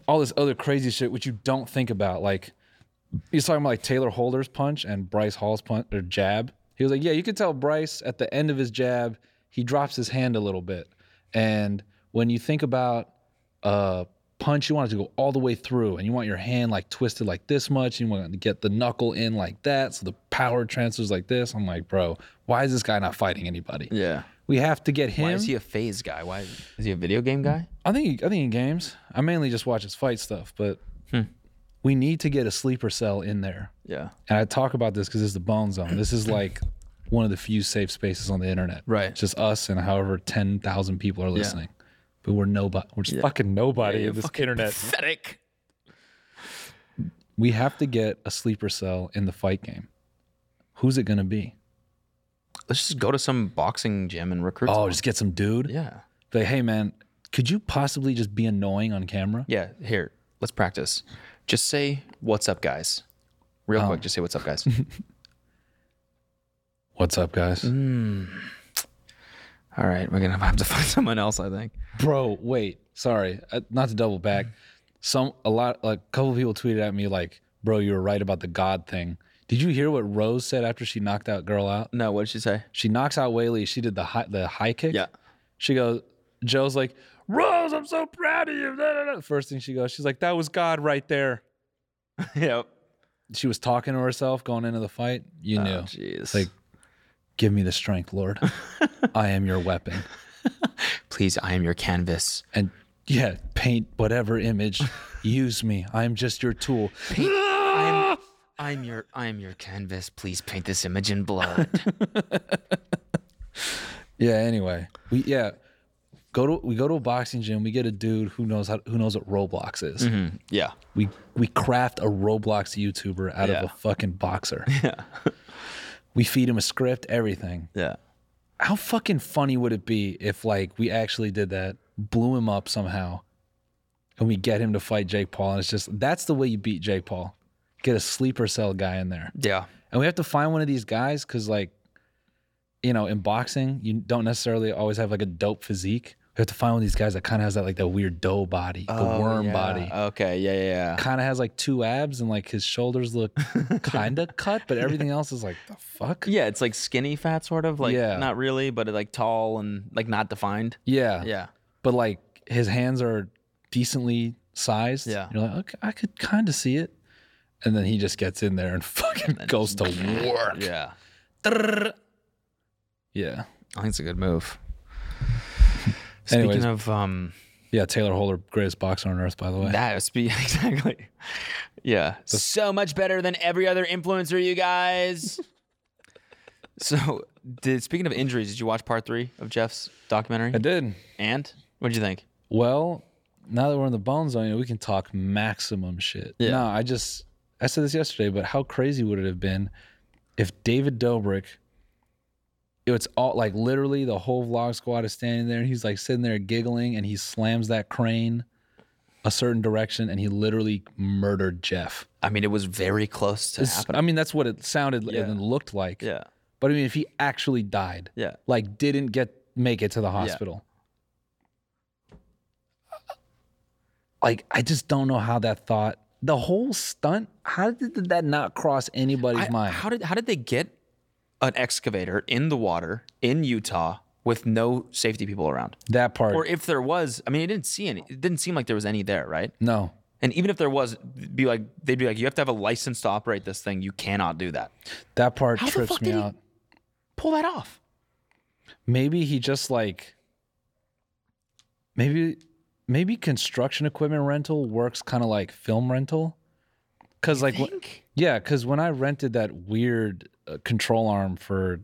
[SPEAKER 2] all this other crazy shit which you don't think about, like he's talking about like Taylor Holder's punch and Bryce Hall's punch or jab. He was like, yeah, you could tell Bryce at the end of his jab, he drops his hand a little bit. And when you think about a punch, you want it to go all the way through, and you want your hand like twisted like this much. You want to get the knuckle in like that, so the power transfers like this. I'm like, bro, why is this guy not fighting anybody?
[SPEAKER 1] Yeah.
[SPEAKER 2] We have to get him.
[SPEAKER 1] Why is he a phase guy? Why is he a video game guy?
[SPEAKER 2] I think I think in games, I mainly just watch his fight stuff, but
[SPEAKER 1] Hmm.
[SPEAKER 2] we need to get a sleeper cell in there.
[SPEAKER 1] Yeah.
[SPEAKER 2] and I talk about this because it's the Bone Zone. This is like one of the few safe spaces on the internet.
[SPEAKER 1] Right.
[SPEAKER 2] It's just us and however ten thousand people are listening, but we're nobody. We're just
[SPEAKER 1] Yeah.
[SPEAKER 2] fucking nobody
[SPEAKER 1] Yeah,
[SPEAKER 2] in this
[SPEAKER 1] fucking
[SPEAKER 2] internet.
[SPEAKER 1] (laughs) Pathetic.
[SPEAKER 2] We have to get a sleeper cell in the fight game. Who's it gonna be?
[SPEAKER 1] Let's just go to some boxing gym and recruit.
[SPEAKER 2] Oh,
[SPEAKER 1] someone.
[SPEAKER 2] just get some dude.
[SPEAKER 1] yeah.
[SPEAKER 2] Like, hey man, could you possibly just be annoying on camera?
[SPEAKER 1] Yeah. Here, let's practice. Just say, what's up, guys?
[SPEAKER 2] Oh.
[SPEAKER 1] Real quick, just say, what's up,
[SPEAKER 2] (laughs)
[SPEAKER 1] guys?
[SPEAKER 2] What's up,
[SPEAKER 1] Mm-hmm.
[SPEAKER 2] guys?
[SPEAKER 1] All right. We're going to have to find (laughs) someone else, I think.
[SPEAKER 2] bro wait sorry uh, not to double back some a lot like a couple people tweeted at me like bro you were right about the god thing did you hear what rose said after she knocked that girl out
[SPEAKER 1] No, what did she say?
[SPEAKER 2] she knocks out whaley she did the high, the high kick
[SPEAKER 1] Yeah. (laughs)
[SPEAKER 2] she goes joe's like rose i'm so proud of you da, da, da." first thing she goes she's like that was god right there
[SPEAKER 1] yep.
[SPEAKER 2] she was talking to herself going into the fight you
[SPEAKER 1] Oh,
[SPEAKER 2] knew
[SPEAKER 1] Jeez.
[SPEAKER 2] like give me the strength lord
[SPEAKER 1] (laughs)
[SPEAKER 2] i am your weapon
[SPEAKER 1] please, I am your canvas.
[SPEAKER 2] and yeah, paint whatever image. Use me. I'm just your tool.
[SPEAKER 1] Ah! I'm your I'm your canvas. Please paint this image in blood.
[SPEAKER 2] Yeah. Anyway, we yeah go to we go to a boxing gym. We get a dude who knows how who knows what Roblox is.
[SPEAKER 1] (laughs) yeah.
[SPEAKER 2] We we craft a Roblox YouTuber out
[SPEAKER 1] Yeah.
[SPEAKER 2] of a fucking boxer. Yeah. we feed him a script, everything.
[SPEAKER 1] Yeah.
[SPEAKER 2] How fucking funny would it be if like we actually did that, blew him up somehow, and we get him to fight Jake Paul? And it's just that's the way you beat Jake Paul. Get a sleeper cell guy in there.
[SPEAKER 1] Yeah.
[SPEAKER 2] And we have to find one of these guys because, like, you know, in boxing, you don't necessarily always have like a dope physique. We have to find one of these guys that kind of has that like that weird dough body, the worm body.
[SPEAKER 1] Oh, Okay, yeah, yeah, (laughs) yeah.
[SPEAKER 2] Kind of has like two abs and like his shoulders
[SPEAKER 1] (laughs)
[SPEAKER 2] look kind of cut, but everything else is like the fuck.
[SPEAKER 1] Yeah, it's like skinny fat, sort of like
[SPEAKER 2] Yeah.
[SPEAKER 1] not really, but like tall and like not defined.
[SPEAKER 2] Yeah.
[SPEAKER 1] Yeah,
[SPEAKER 2] But like his hands are decently sized.
[SPEAKER 1] Yeah.
[SPEAKER 2] You're like, okay, I could kind of see it. And then he just gets in there and (laughs) fucking goes to work.
[SPEAKER 1] (laughs) yeah.
[SPEAKER 2] Trrr. Yeah.
[SPEAKER 1] I think it's a good move.
[SPEAKER 2] Anyways.
[SPEAKER 1] Speaking of um,
[SPEAKER 2] Yeah. Taylor Holder, greatest boxer on earth, by the way.
[SPEAKER 1] that, spe- (laughs) exactly. Yeah, so much better than every other influencer, you guys. (laughs) so, did speaking of injuries, did you watch part three of Jeff's documentary?
[SPEAKER 2] I did.
[SPEAKER 1] And what did you think?
[SPEAKER 2] Well, now that we're in the bone zone, you know, we can talk maximum shit.
[SPEAKER 1] Yeah.
[SPEAKER 2] No, I just I said this yesterday, but how crazy would it have been if David Dobrik it's all like literally the whole vlog squad is standing there and he's like sitting there giggling and he slams that crane a certain direction and he literally murdered Jeff.
[SPEAKER 1] I mean, it was very close to
[SPEAKER 2] It's-
[SPEAKER 1] happening.
[SPEAKER 2] I mean, that's what it sounded
[SPEAKER 1] Yeah.
[SPEAKER 2] and looked like.
[SPEAKER 1] Yeah,
[SPEAKER 2] But I mean, if he actually died,
[SPEAKER 1] yeah.
[SPEAKER 2] like didn't get make it to the hospital. Like I just don't know how that thought the whole stunt. How did that not cross anybody's
[SPEAKER 1] I-
[SPEAKER 2] mind?
[SPEAKER 1] How did how did they get an excavator in the water in Utah with no safety people around?
[SPEAKER 2] that part,
[SPEAKER 1] Or if there was, I mean, it didn't see any. It didn't seem like there was any there, right?
[SPEAKER 2] no.
[SPEAKER 1] And even if there was, be like they'd be like, you have to have a license to operate this thing. You cannot do that.
[SPEAKER 2] That part
[SPEAKER 1] How the
[SPEAKER 2] trips
[SPEAKER 1] fuck
[SPEAKER 2] me
[SPEAKER 1] did he-
[SPEAKER 2] out.
[SPEAKER 1] Pull that off.
[SPEAKER 2] Maybe he just like, maybe, maybe construction equipment rental works kind of like film rental, because like. wh-
[SPEAKER 1] Think?
[SPEAKER 2] Yeah, because when I rented that weird uh, control arm for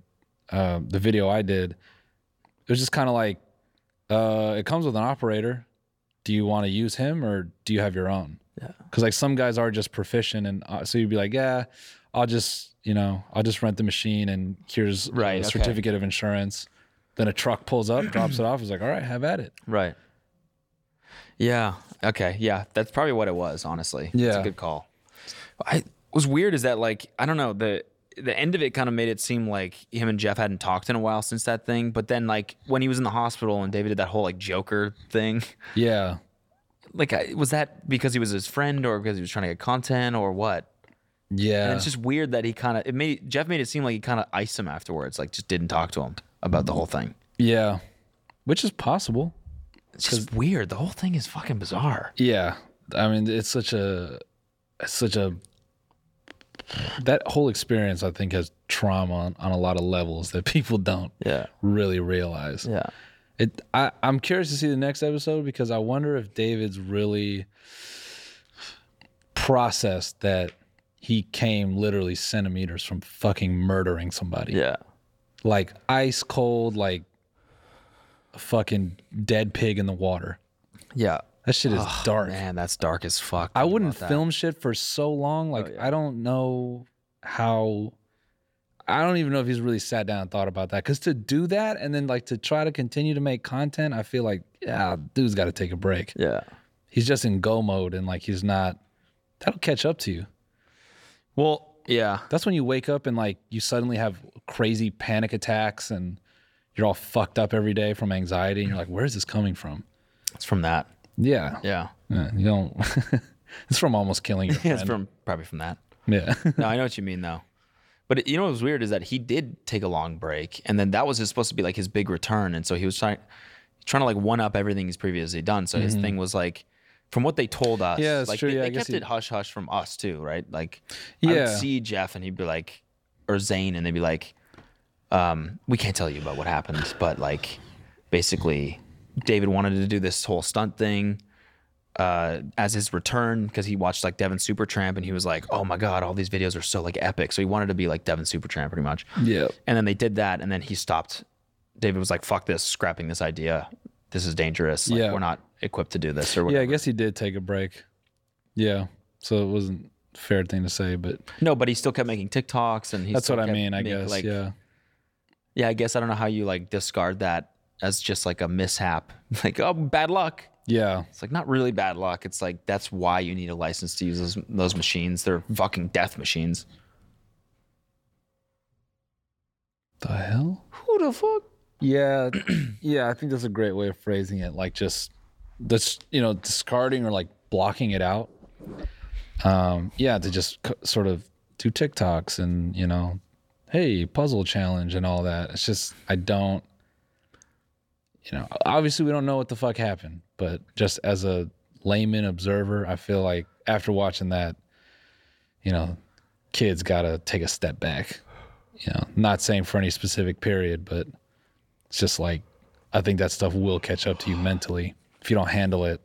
[SPEAKER 2] uh, the video I did, it was just kind of like, uh, it comes with an operator. Do you want to use him or do you have your own?
[SPEAKER 1] Yeah.
[SPEAKER 2] Because like some guys are just proficient, and uh, so you'd be like, yeah, I'll just you know I'll just rent the machine, and here's uh,
[SPEAKER 1] Right,
[SPEAKER 2] a
[SPEAKER 1] okay.
[SPEAKER 2] certificate of insurance. Then a truck pulls up, drops it off. It's like, all right, have at it.
[SPEAKER 1] Right. Yeah. Okay. Yeah. That's probably what it was, honestly. It's a
[SPEAKER 2] Yeah.
[SPEAKER 1] good call. I was weird is that like I don't know, the the end of it kind of made it seem like him and Jeff hadn't talked in a while since that thing. But then like when he was in the hospital and David did that whole like Joker thing, (laughs)
[SPEAKER 2] Yeah,
[SPEAKER 1] like I, was that because he was his friend or because he was trying to get content or what?
[SPEAKER 2] yeah.
[SPEAKER 1] And it's just weird that he kind of it made Jeff made it seem like he kind of iced him afterwards, like just didn't talk to him about the whole thing.
[SPEAKER 2] Yeah, which is possible.
[SPEAKER 1] It's just weird. The whole thing is fucking bizarre.
[SPEAKER 2] Yeah, I mean, it's such a, it's such a. That whole experience, I think, has trauma on, on a lot of levels that (laughs) people don't
[SPEAKER 1] Yeah.
[SPEAKER 2] really realize.
[SPEAKER 1] Yeah.
[SPEAKER 2] It. I, I'm curious to see the next episode because I wonder if David's really processed that he came literally centimeters from fucking murdering somebody
[SPEAKER 1] Yeah.
[SPEAKER 2] like ice cold, like a fucking dead pig in the water.
[SPEAKER 1] Yeah.
[SPEAKER 2] That shit is dark.
[SPEAKER 1] Man, that's dark as fuck.
[SPEAKER 2] I
[SPEAKER 1] Think
[SPEAKER 2] wouldn't
[SPEAKER 1] about that. Oh,
[SPEAKER 2] film shit for so long. Like I don't know how. I don't even know if he's really sat down and thought about that. Because to do that and then like to try to continue to make content, I feel like yeah, dude's got to take a break.
[SPEAKER 1] Yeah.
[SPEAKER 2] He's just in go mode and like he's not. That'll catch up to you.
[SPEAKER 1] Well, yeah.
[SPEAKER 2] That's when you wake up and like you suddenly have crazy panic attacks and you're all fucked up every day from anxiety and you're like, where is this coming from?
[SPEAKER 1] It's from that.
[SPEAKER 2] Yeah,
[SPEAKER 1] Yeah.
[SPEAKER 2] Yeah, you don't. (laughs) it's from almost
[SPEAKER 1] (laughs)
[SPEAKER 2] killing your friend.
[SPEAKER 1] it's from probably from that.
[SPEAKER 2] yeah. (laughs)
[SPEAKER 1] No, I know what you mean though. But it, you know what was weird is that he did take a long break, and then that was his, supposed to be like his big return, and so he was trying, trying to like one up everything he's previously done. So his thing was like, from what they told us,
[SPEAKER 2] Mm-hmm. Yeah, that's
[SPEAKER 1] like
[SPEAKER 2] true.
[SPEAKER 1] they,
[SPEAKER 2] Yeah,
[SPEAKER 1] they
[SPEAKER 2] I guess
[SPEAKER 1] kept
[SPEAKER 2] he-
[SPEAKER 1] it hush hush from us too, right? Like, I would
[SPEAKER 2] Yeah.
[SPEAKER 1] see Jeff and he'd be like, or Zane, and they'd be like, um, we can't tell you about what happened, but like, basically, David wanted to do this whole stunt thing uh, as his return because he watched like Devin Supertramp and he was like, oh my god, all these videos are so like epic. So he wanted to be like Devin Supertramp pretty much.
[SPEAKER 2] yeah.
[SPEAKER 1] And then they did that, and then he stopped. David was like, "Fuck this, scrapping this idea. This is dangerous. Like,
[SPEAKER 2] Yeah.
[SPEAKER 1] we're not equipped to do this." Or
[SPEAKER 2] Yeah, I
[SPEAKER 1] whatever.
[SPEAKER 2] guess he did take a break. Yeah. So it wasn't a fair thing to say, but
[SPEAKER 1] no, but he still kept making TikToks, and he
[SPEAKER 2] that's
[SPEAKER 1] still
[SPEAKER 2] what I
[SPEAKER 1] kept
[SPEAKER 2] mean, I
[SPEAKER 1] make-
[SPEAKER 2] guess.
[SPEAKER 1] Like,
[SPEAKER 2] yeah.
[SPEAKER 1] yeah, I guess I don't know how you like discard that as just like a mishap, (laughs) like oh bad luck.
[SPEAKER 2] Yeah.
[SPEAKER 1] It's like not really bad luck. It's like that's why you need a license to use those, those machines. They're fucking death machines.
[SPEAKER 2] The hell?
[SPEAKER 1] Who the fuck?
[SPEAKER 2] Yeah, (clears throat) yeah, I think that's a great way of phrasing it. Like just that's you know discarding or like blocking it out. Um, yeah, to just c- sort of do TikToks and you know, hey, puzzle challenge and all that. It's just I don't. You know, obviously we don't know what the fuck happened, but just as a layman observer, I feel like after watching that, you know, kids gotta take a step back. You know, not saying for any specific period, but it's just like I think that stuff will catch up to you mentally if you don't handle it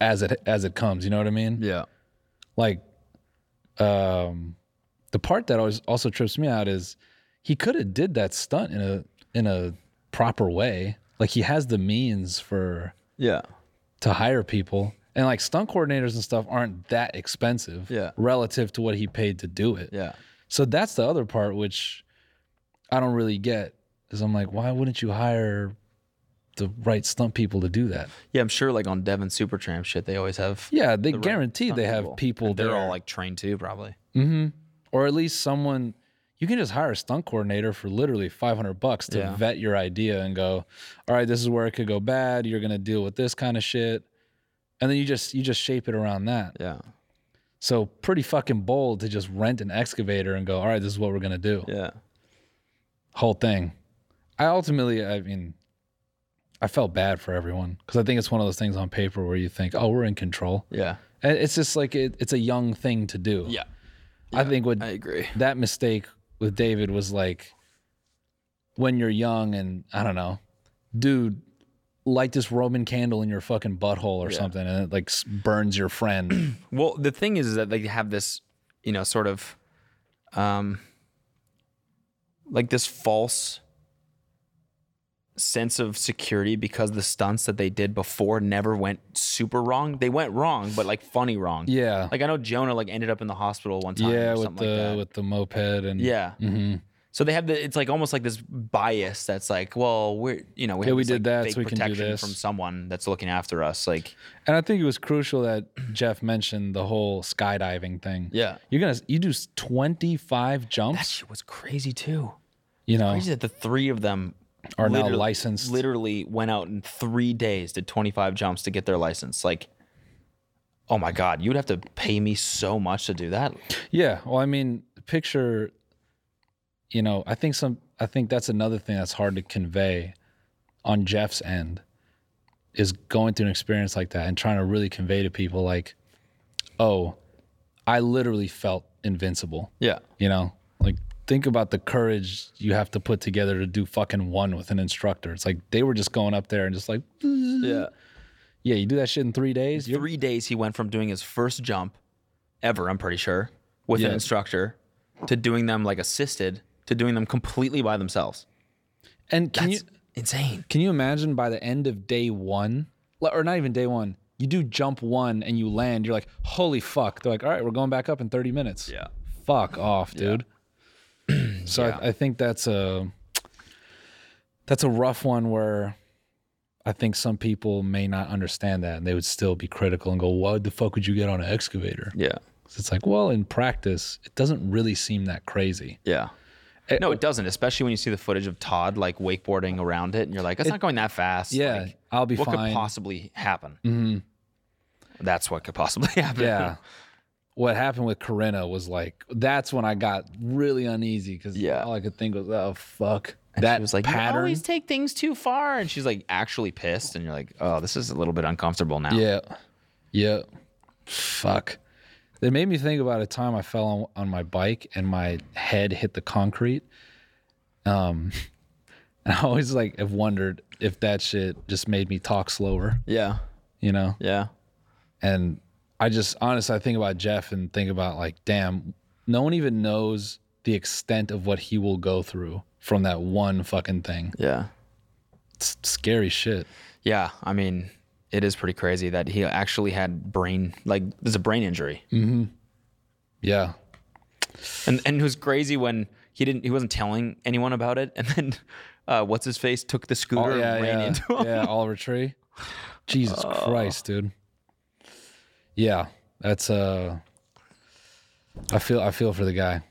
[SPEAKER 2] as it as it comes. You know what I mean?
[SPEAKER 1] Yeah.
[SPEAKER 2] Like, um, the part that always also trips me out is he could have did that stunt in a in a proper way. Like he has the means for
[SPEAKER 1] Yeah.
[SPEAKER 2] to hire people, and like stunt coordinators and stuff aren't that expensive
[SPEAKER 1] Yeah.
[SPEAKER 2] relative to what he paid to do it.
[SPEAKER 1] Yeah.
[SPEAKER 2] So that's the other part which I don't really get is I'm like, why wouldn't you hire the right stunt people to do that?
[SPEAKER 1] Yeah, I'm sure like on Devon Supertramp shit, they always have.
[SPEAKER 2] Yeah, they
[SPEAKER 1] the right
[SPEAKER 2] guarantee
[SPEAKER 1] stunt
[SPEAKER 2] they have people.
[SPEAKER 1] And They're
[SPEAKER 2] there.
[SPEAKER 1] all like trained too, probably.
[SPEAKER 2] hmm or at least someone. You can just hire a stunt coordinator for literally 500 bucks to
[SPEAKER 1] Yeah.
[SPEAKER 2] vet your idea and go, all right, this is where it could go bad. You're gonna deal with this kind of shit, and then you just you just shape it around that.
[SPEAKER 1] Yeah.
[SPEAKER 2] So pretty fucking bold to just rent an excavator and go, all right, this is what we're gonna do.
[SPEAKER 1] Yeah.
[SPEAKER 2] whole thing. I ultimately, I mean, I felt bad for everyone because I think it's one of those things on paper where you think, oh, we're in control.
[SPEAKER 1] Yeah.
[SPEAKER 2] And it's just like it, it's a young thing to do.
[SPEAKER 1] Yeah.
[SPEAKER 2] I think what
[SPEAKER 1] I agree.
[SPEAKER 2] that mistake with David was like when you're young and I don't know, dude, light this Roman candle in your fucking butthole or something and it like s- burns
[SPEAKER 1] (clears throat)
[SPEAKER 2] your friend.
[SPEAKER 1] Well, the thing is, is that they have this, you know, sort of, um, like this false sense of security because the stunts that they did before never went super wrong. They went wrong, but like funny wrong.
[SPEAKER 2] yeah.
[SPEAKER 1] Like I know Jonah like ended up in the hospital one time.
[SPEAKER 2] yeah,
[SPEAKER 1] or
[SPEAKER 2] with
[SPEAKER 1] something
[SPEAKER 2] the
[SPEAKER 1] like that.
[SPEAKER 2] with the moped and
[SPEAKER 1] yeah.
[SPEAKER 2] hmm
[SPEAKER 1] So they have the it's like almost like this bias that's like, well, we're you know, we
[SPEAKER 2] Yeah,
[SPEAKER 1] have
[SPEAKER 2] we
[SPEAKER 1] this,
[SPEAKER 2] did
[SPEAKER 1] like,
[SPEAKER 2] that,
[SPEAKER 1] fake
[SPEAKER 2] so we can do
[SPEAKER 1] protection
[SPEAKER 2] this.
[SPEAKER 1] from someone that's looking after us. Like
[SPEAKER 2] And I think it was crucial that (clears throat) Jeff mentioned the whole skydiving thing.
[SPEAKER 1] Yeah.
[SPEAKER 2] You're gonna you do 25
[SPEAKER 1] that
[SPEAKER 2] jumps,
[SPEAKER 1] shit was crazy too.
[SPEAKER 2] you know,
[SPEAKER 1] Crazy that the three of them
[SPEAKER 2] are now
[SPEAKER 1] literally-
[SPEAKER 2] licensed.
[SPEAKER 1] Literally went out in three days, did 25 jumps to get their license. Like, oh my God, you'd have to pay me so much to do that.
[SPEAKER 2] Yeah. Well, I mean, picture, you know, I think some, I think that's another thing that's hard to convey on Jeff's end is going through an experience like that and trying to really convey to people, like, oh, I literally felt invincible.
[SPEAKER 1] Yeah.
[SPEAKER 2] You know, like think about the courage you have to put together to do fucking one with an instructor. It's like they were just going up there and just like,
[SPEAKER 1] Yeah.
[SPEAKER 2] yeah, you do that shit in three days. You're,
[SPEAKER 1] Three days he went from doing his first jump ever, I'm pretty sure, with an
[SPEAKER 2] Yeah.
[SPEAKER 1] instructor to doing them like assisted to doing them completely by themselves.
[SPEAKER 2] and can
[SPEAKER 1] That's
[SPEAKER 2] you
[SPEAKER 1] insane.
[SPEAKER 2] can you imagine by the end of day one, li- or not even day one, you do jump one and you land. You're like, holy fuck. They're like, all right, we're going back up in 30 minutes.
[SPEAKER 1] Yeah.
[SPEAKER 2] Fuck off, dude. (clears throat) so I, I think that's a that's a rough one where I think some people may not understand that and they would still be critical and go, "Why the fuck would you get on an excavator?"
[SPEAKER 1] Yeah.
[SPEAKER 2] 'Cause It's like, well, in practice, it doesn't really seem that crazy.
[SPEAKER 1] Yeah. no,
[SPEAKER 2] Eh,
[SPEAKER 1] it doesn't, especially when you see the footage of Todd like wakeboarding around it and you're like, it's not going that fast.
[SPEAKER 2] Yeah,
[SPEAKER 1] Like,
[SPEAKER 2] I'll be
[SPEAKER 1] what
[SPEAKER 2] fine. Mm-hmm.
[SPEAKER 1] could possibly happen? That's what could possibly (laughs) happen.
[SPEAKER 2] yeah. (laughs) What happened with Corinna was like that's when I got really uneasy because
[SPEAKER 1] Yeah.
[SPEAKER 2] all I could think was, oh fuck,
[SPEAKER 1] And
[SPEAKER 2] that
[SPEAKER 1] she was like, you
[SPEAKER 2] pattern.
[SPEAKER 1] always take things too far. And she's like actually pissed. And you're like, oh, this is a little bit uncomfortable now.
[SPEAKER 2] yeah, yeah, fuck. It made me think about a time I fell on, on my bike and my head hit the concrete. Um, (laughs) and I always like have wondered if that shit just made me talk slower,
[SPEAKER 1] Yeah.
[SPEAKER 2] you know.
[SPEAKER 1] Yeah.
[SPEAKER 2] And I just honestly, I think about Jeff and think about like, damn, no one even knows the extent of what he will go through from that one fucking thing.
[SPEAKER 1] Yeah.
[SPEAKER 2] It's scary shit.
[SPEAKER 1] Yeah. I mean, it is pretty crazy that he actually had brain, like, there's a brain injury.
[SPEAKER 2] Mm. Yeah.
[SPEAKER 1] And and it was crazy when he didn't he wasn't telling anyone about it, (laughs) and then uh, what's his face took the scooter
[SPEAKER 2] Oh, yeah,
[SPEAKER 1] and ran
[SPEAKER 2] yeah,
[SPEAKER 1] into him.
[SPEAKER 2] yeah.
[SPEAKER 1] (laughs)
[SPEAKER 2] Oliver Tree. Jesus Christ, dude. Yeah, that's uh. I feel I feel for the guy.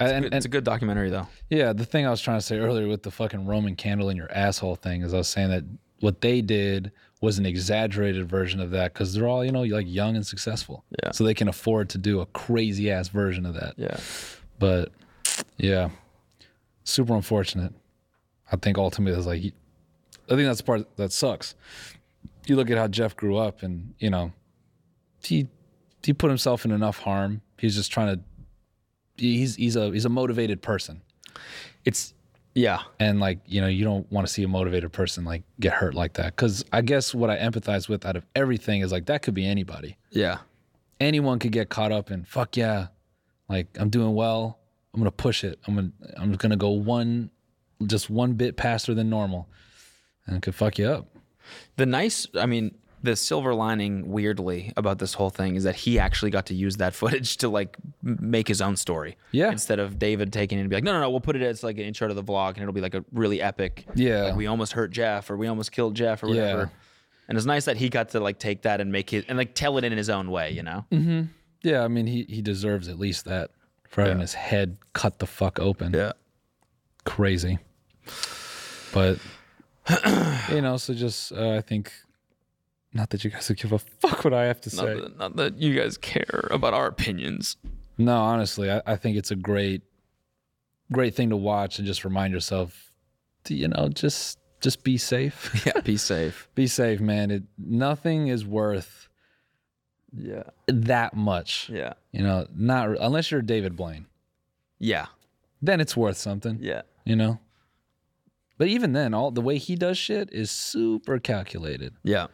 [SPEAKER 2] And,
[SPEAKER 1] it's a good documentary though.
[SPEAKER 2] Yeah, the thing I was trying to say earlier with the fucking Roman candle in your asshole thing is I was saying that what they did was an exaggerated version of that because they're all, you know, like young and successful.
[SPEAKER 1] Yeah.
[SPEAKER 2] So they can afford to do a crazy ass version of that.
[SPEAKER 1] Yeah.
[SPEAKER 2] But yeah, super unfortunate. I think ultimately it's like, I think that's the part that sucks. You look at how Jeff grew up and, you know, he, he put himself in enough harm. He's just trying to, he's, he's a, he's a motivated person
[SPEAKER 1] It's yeah.
[SPEAKER 2] and like you know you don't want to see a motivated person like get hurt like that because i guess what i empathize with out of everything is like that could be anybody
[SPEAKER 1] Yeah.
[SPEAKER 2] anyone could get caught up in fuck yeah like i'm doing well i'm gonna push it i'm gonna i'm gonna go one just one bit faster than normal and it could fuck you up
[SPEAKER 1] The nice, I mean, the silver lining weirdly about this whole thing is that he actually got to use that (laughs) footage to like m- make his own story.
[SPEAKER 2] Yeah.
[SPEAKER 1] Instead of David taking it and be like, no, no, no, we'll put it as like an intro to the vlog and it'll be like a really epic.
[SPEAKER 2] Yeah.
[SPEAKER 1] Like we almost hurt Jeff or we almost killed Jeff or
[SPEAKER 2] Yeah.
[SPEAKER 1] whatever. And it's nice that he got to like take that and make it and like tell it in his own way, you know?
[SPEAKER 2] yeah i mean he, he deserves at least that for having his head cut the fuck open crazy. But you know, so just uh, I think not that you guys would give a fuck what I have to say.
[SPEAKER 1] not that you guys care about our opinions.
[SPEAKER 2] No, honestly, I, I think it's a great, great thing to watch and just remind yourself, to, you know, just just be safe.
[SPEAKER 1] (laughs) Yeah. Be safe.
[SPEAKER 2] (laughs) be safe, man. It nothing is worth
[SPEAKER 1] Yeah.
[SPEAKER 2] that much.
[SPEAKER 1] Yeah.
[SPEAKER 2] You know, not re- unless you're David Blaine,
[SPEAKER 1] Yeah.
[SPEAKER 2] then it's worth something.
[SPEAKER 1] Yeah.
[SPEAKER 2] You know. But even then, all the way he does shit is super calculated.
[SPEAKER 1] Yeah.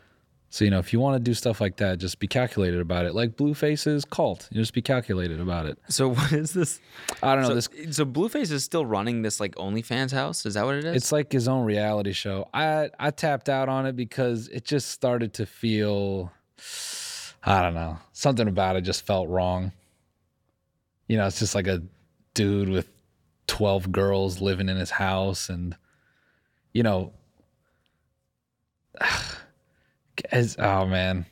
[SPEAKER 2] So you know, if you want to do stuff like that, just be calculated about it. Like Blueface's cult, you just be calculated about it.
[SPEAKER 1] So (laughs) what is this?
[SPEAKER 2] I don't know
[SPEAKER 1] So,
[SPEAKER 2] this.
[SPEAKER 1] so Blueface is still running this like OnlyFans house. Is that what it is?
[SPEAKER 2] It's like his own reality show. I I tapped out on it because it just started to feel, I don't know, something about it just felt wrong. You know, it's just like a dude with twelve girls living in his house, and you know, (sighs) as oh man,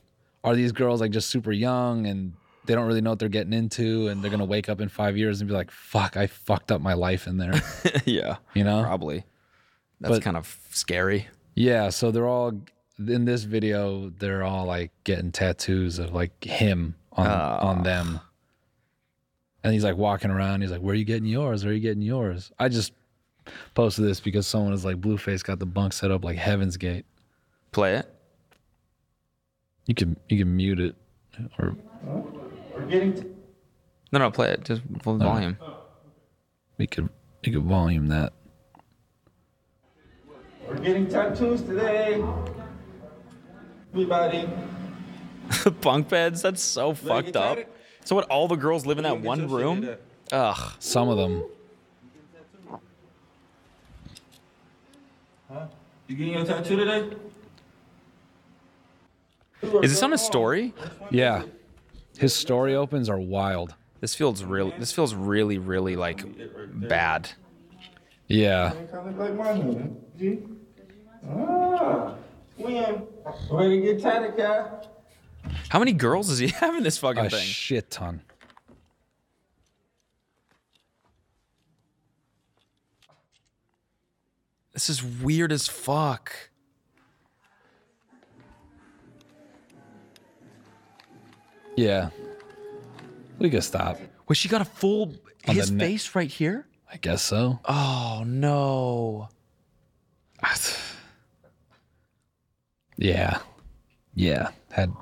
[SPEAKER 2] are these girls like just super young and they don't really know what they're getting into, and they're gonna wake up in five years and be like, "Fuck, I fucked up my life in there,"
[SPEAKER 1] (laughs) yeah,
[SPEAKER 2] you know?
[SPEAKER 1] probably. That's
[SPEAKER 2] But-
[SPEAKER 1] kind of scary.
[SPEAKER 2] Yeah, so they're all in this video. They're all like getting tattoos of like him on on them, and he's like walking around. He's like, "Where are you getting yours? Where are you getting yours?" I just posted this because someone is like, "Blueface got the bunk set up like Heaven's Gate."
[SPEAKER 1] Play it.
[SPEAKER 2] You can you can mute it, or
[SPEAKER 4] We're getting to
[SPEAKER 1] No, no, play it. Just full volume.
[SPEAKER 2] we could we could volume that.
[SPEAKER 4] we're getting tattoos today. Everybody.
[SPEAKER 1] The (laughs) bunk beds. That's so fucked
[SPEAKER 4] get
[SPEAKER 1] up.
[SPEAKER 4] tired.
[SPEAKER 1] So what? All the girls live in that
[SPEAKER 4] get
[SPEAKER 1] one
[SPEAKER 4] your shit
[SPEAKER 1] room.
[SPEAKER 4] in
[SPEAKER 1] Ugh.
[SPEAKER 2] Some of them,
[SPEAKER 4] You getting your tattoo today?
[SPEAKER 1] Is this on a story?
[SPEAKER 2] yeah. His story opens are wild.
[SPEAKER 1] This feels real. This feels really, really like bad.
[SPEAKER 2] Yeah,
[SPEAKER 4] Kind of like mine, huh? See? Ah, Swim. Ready to get tatted, guy?
[SPEAKER 1] How many girls is he (laughs) having this fucking
[SPEAKER 2] a
[SPEAKER 1] thing?
[SPEAKER 2] shit ton.
[SPEAKER 1] this is weird as fuck.
[SPEAKER 2] Yeah, we could stop.
[SPEAKER 1] Wait, she got a full
[SPEAKER 2] On the
[SPEAKER 1] his
[SPEAKER 2] neck.
[SPEAKER 1] face right here.
[SPEAKER 2] I guess so.
[SPEAKER 1] Oh no.
[SPEAKER 2] Yeah. Yeah. Had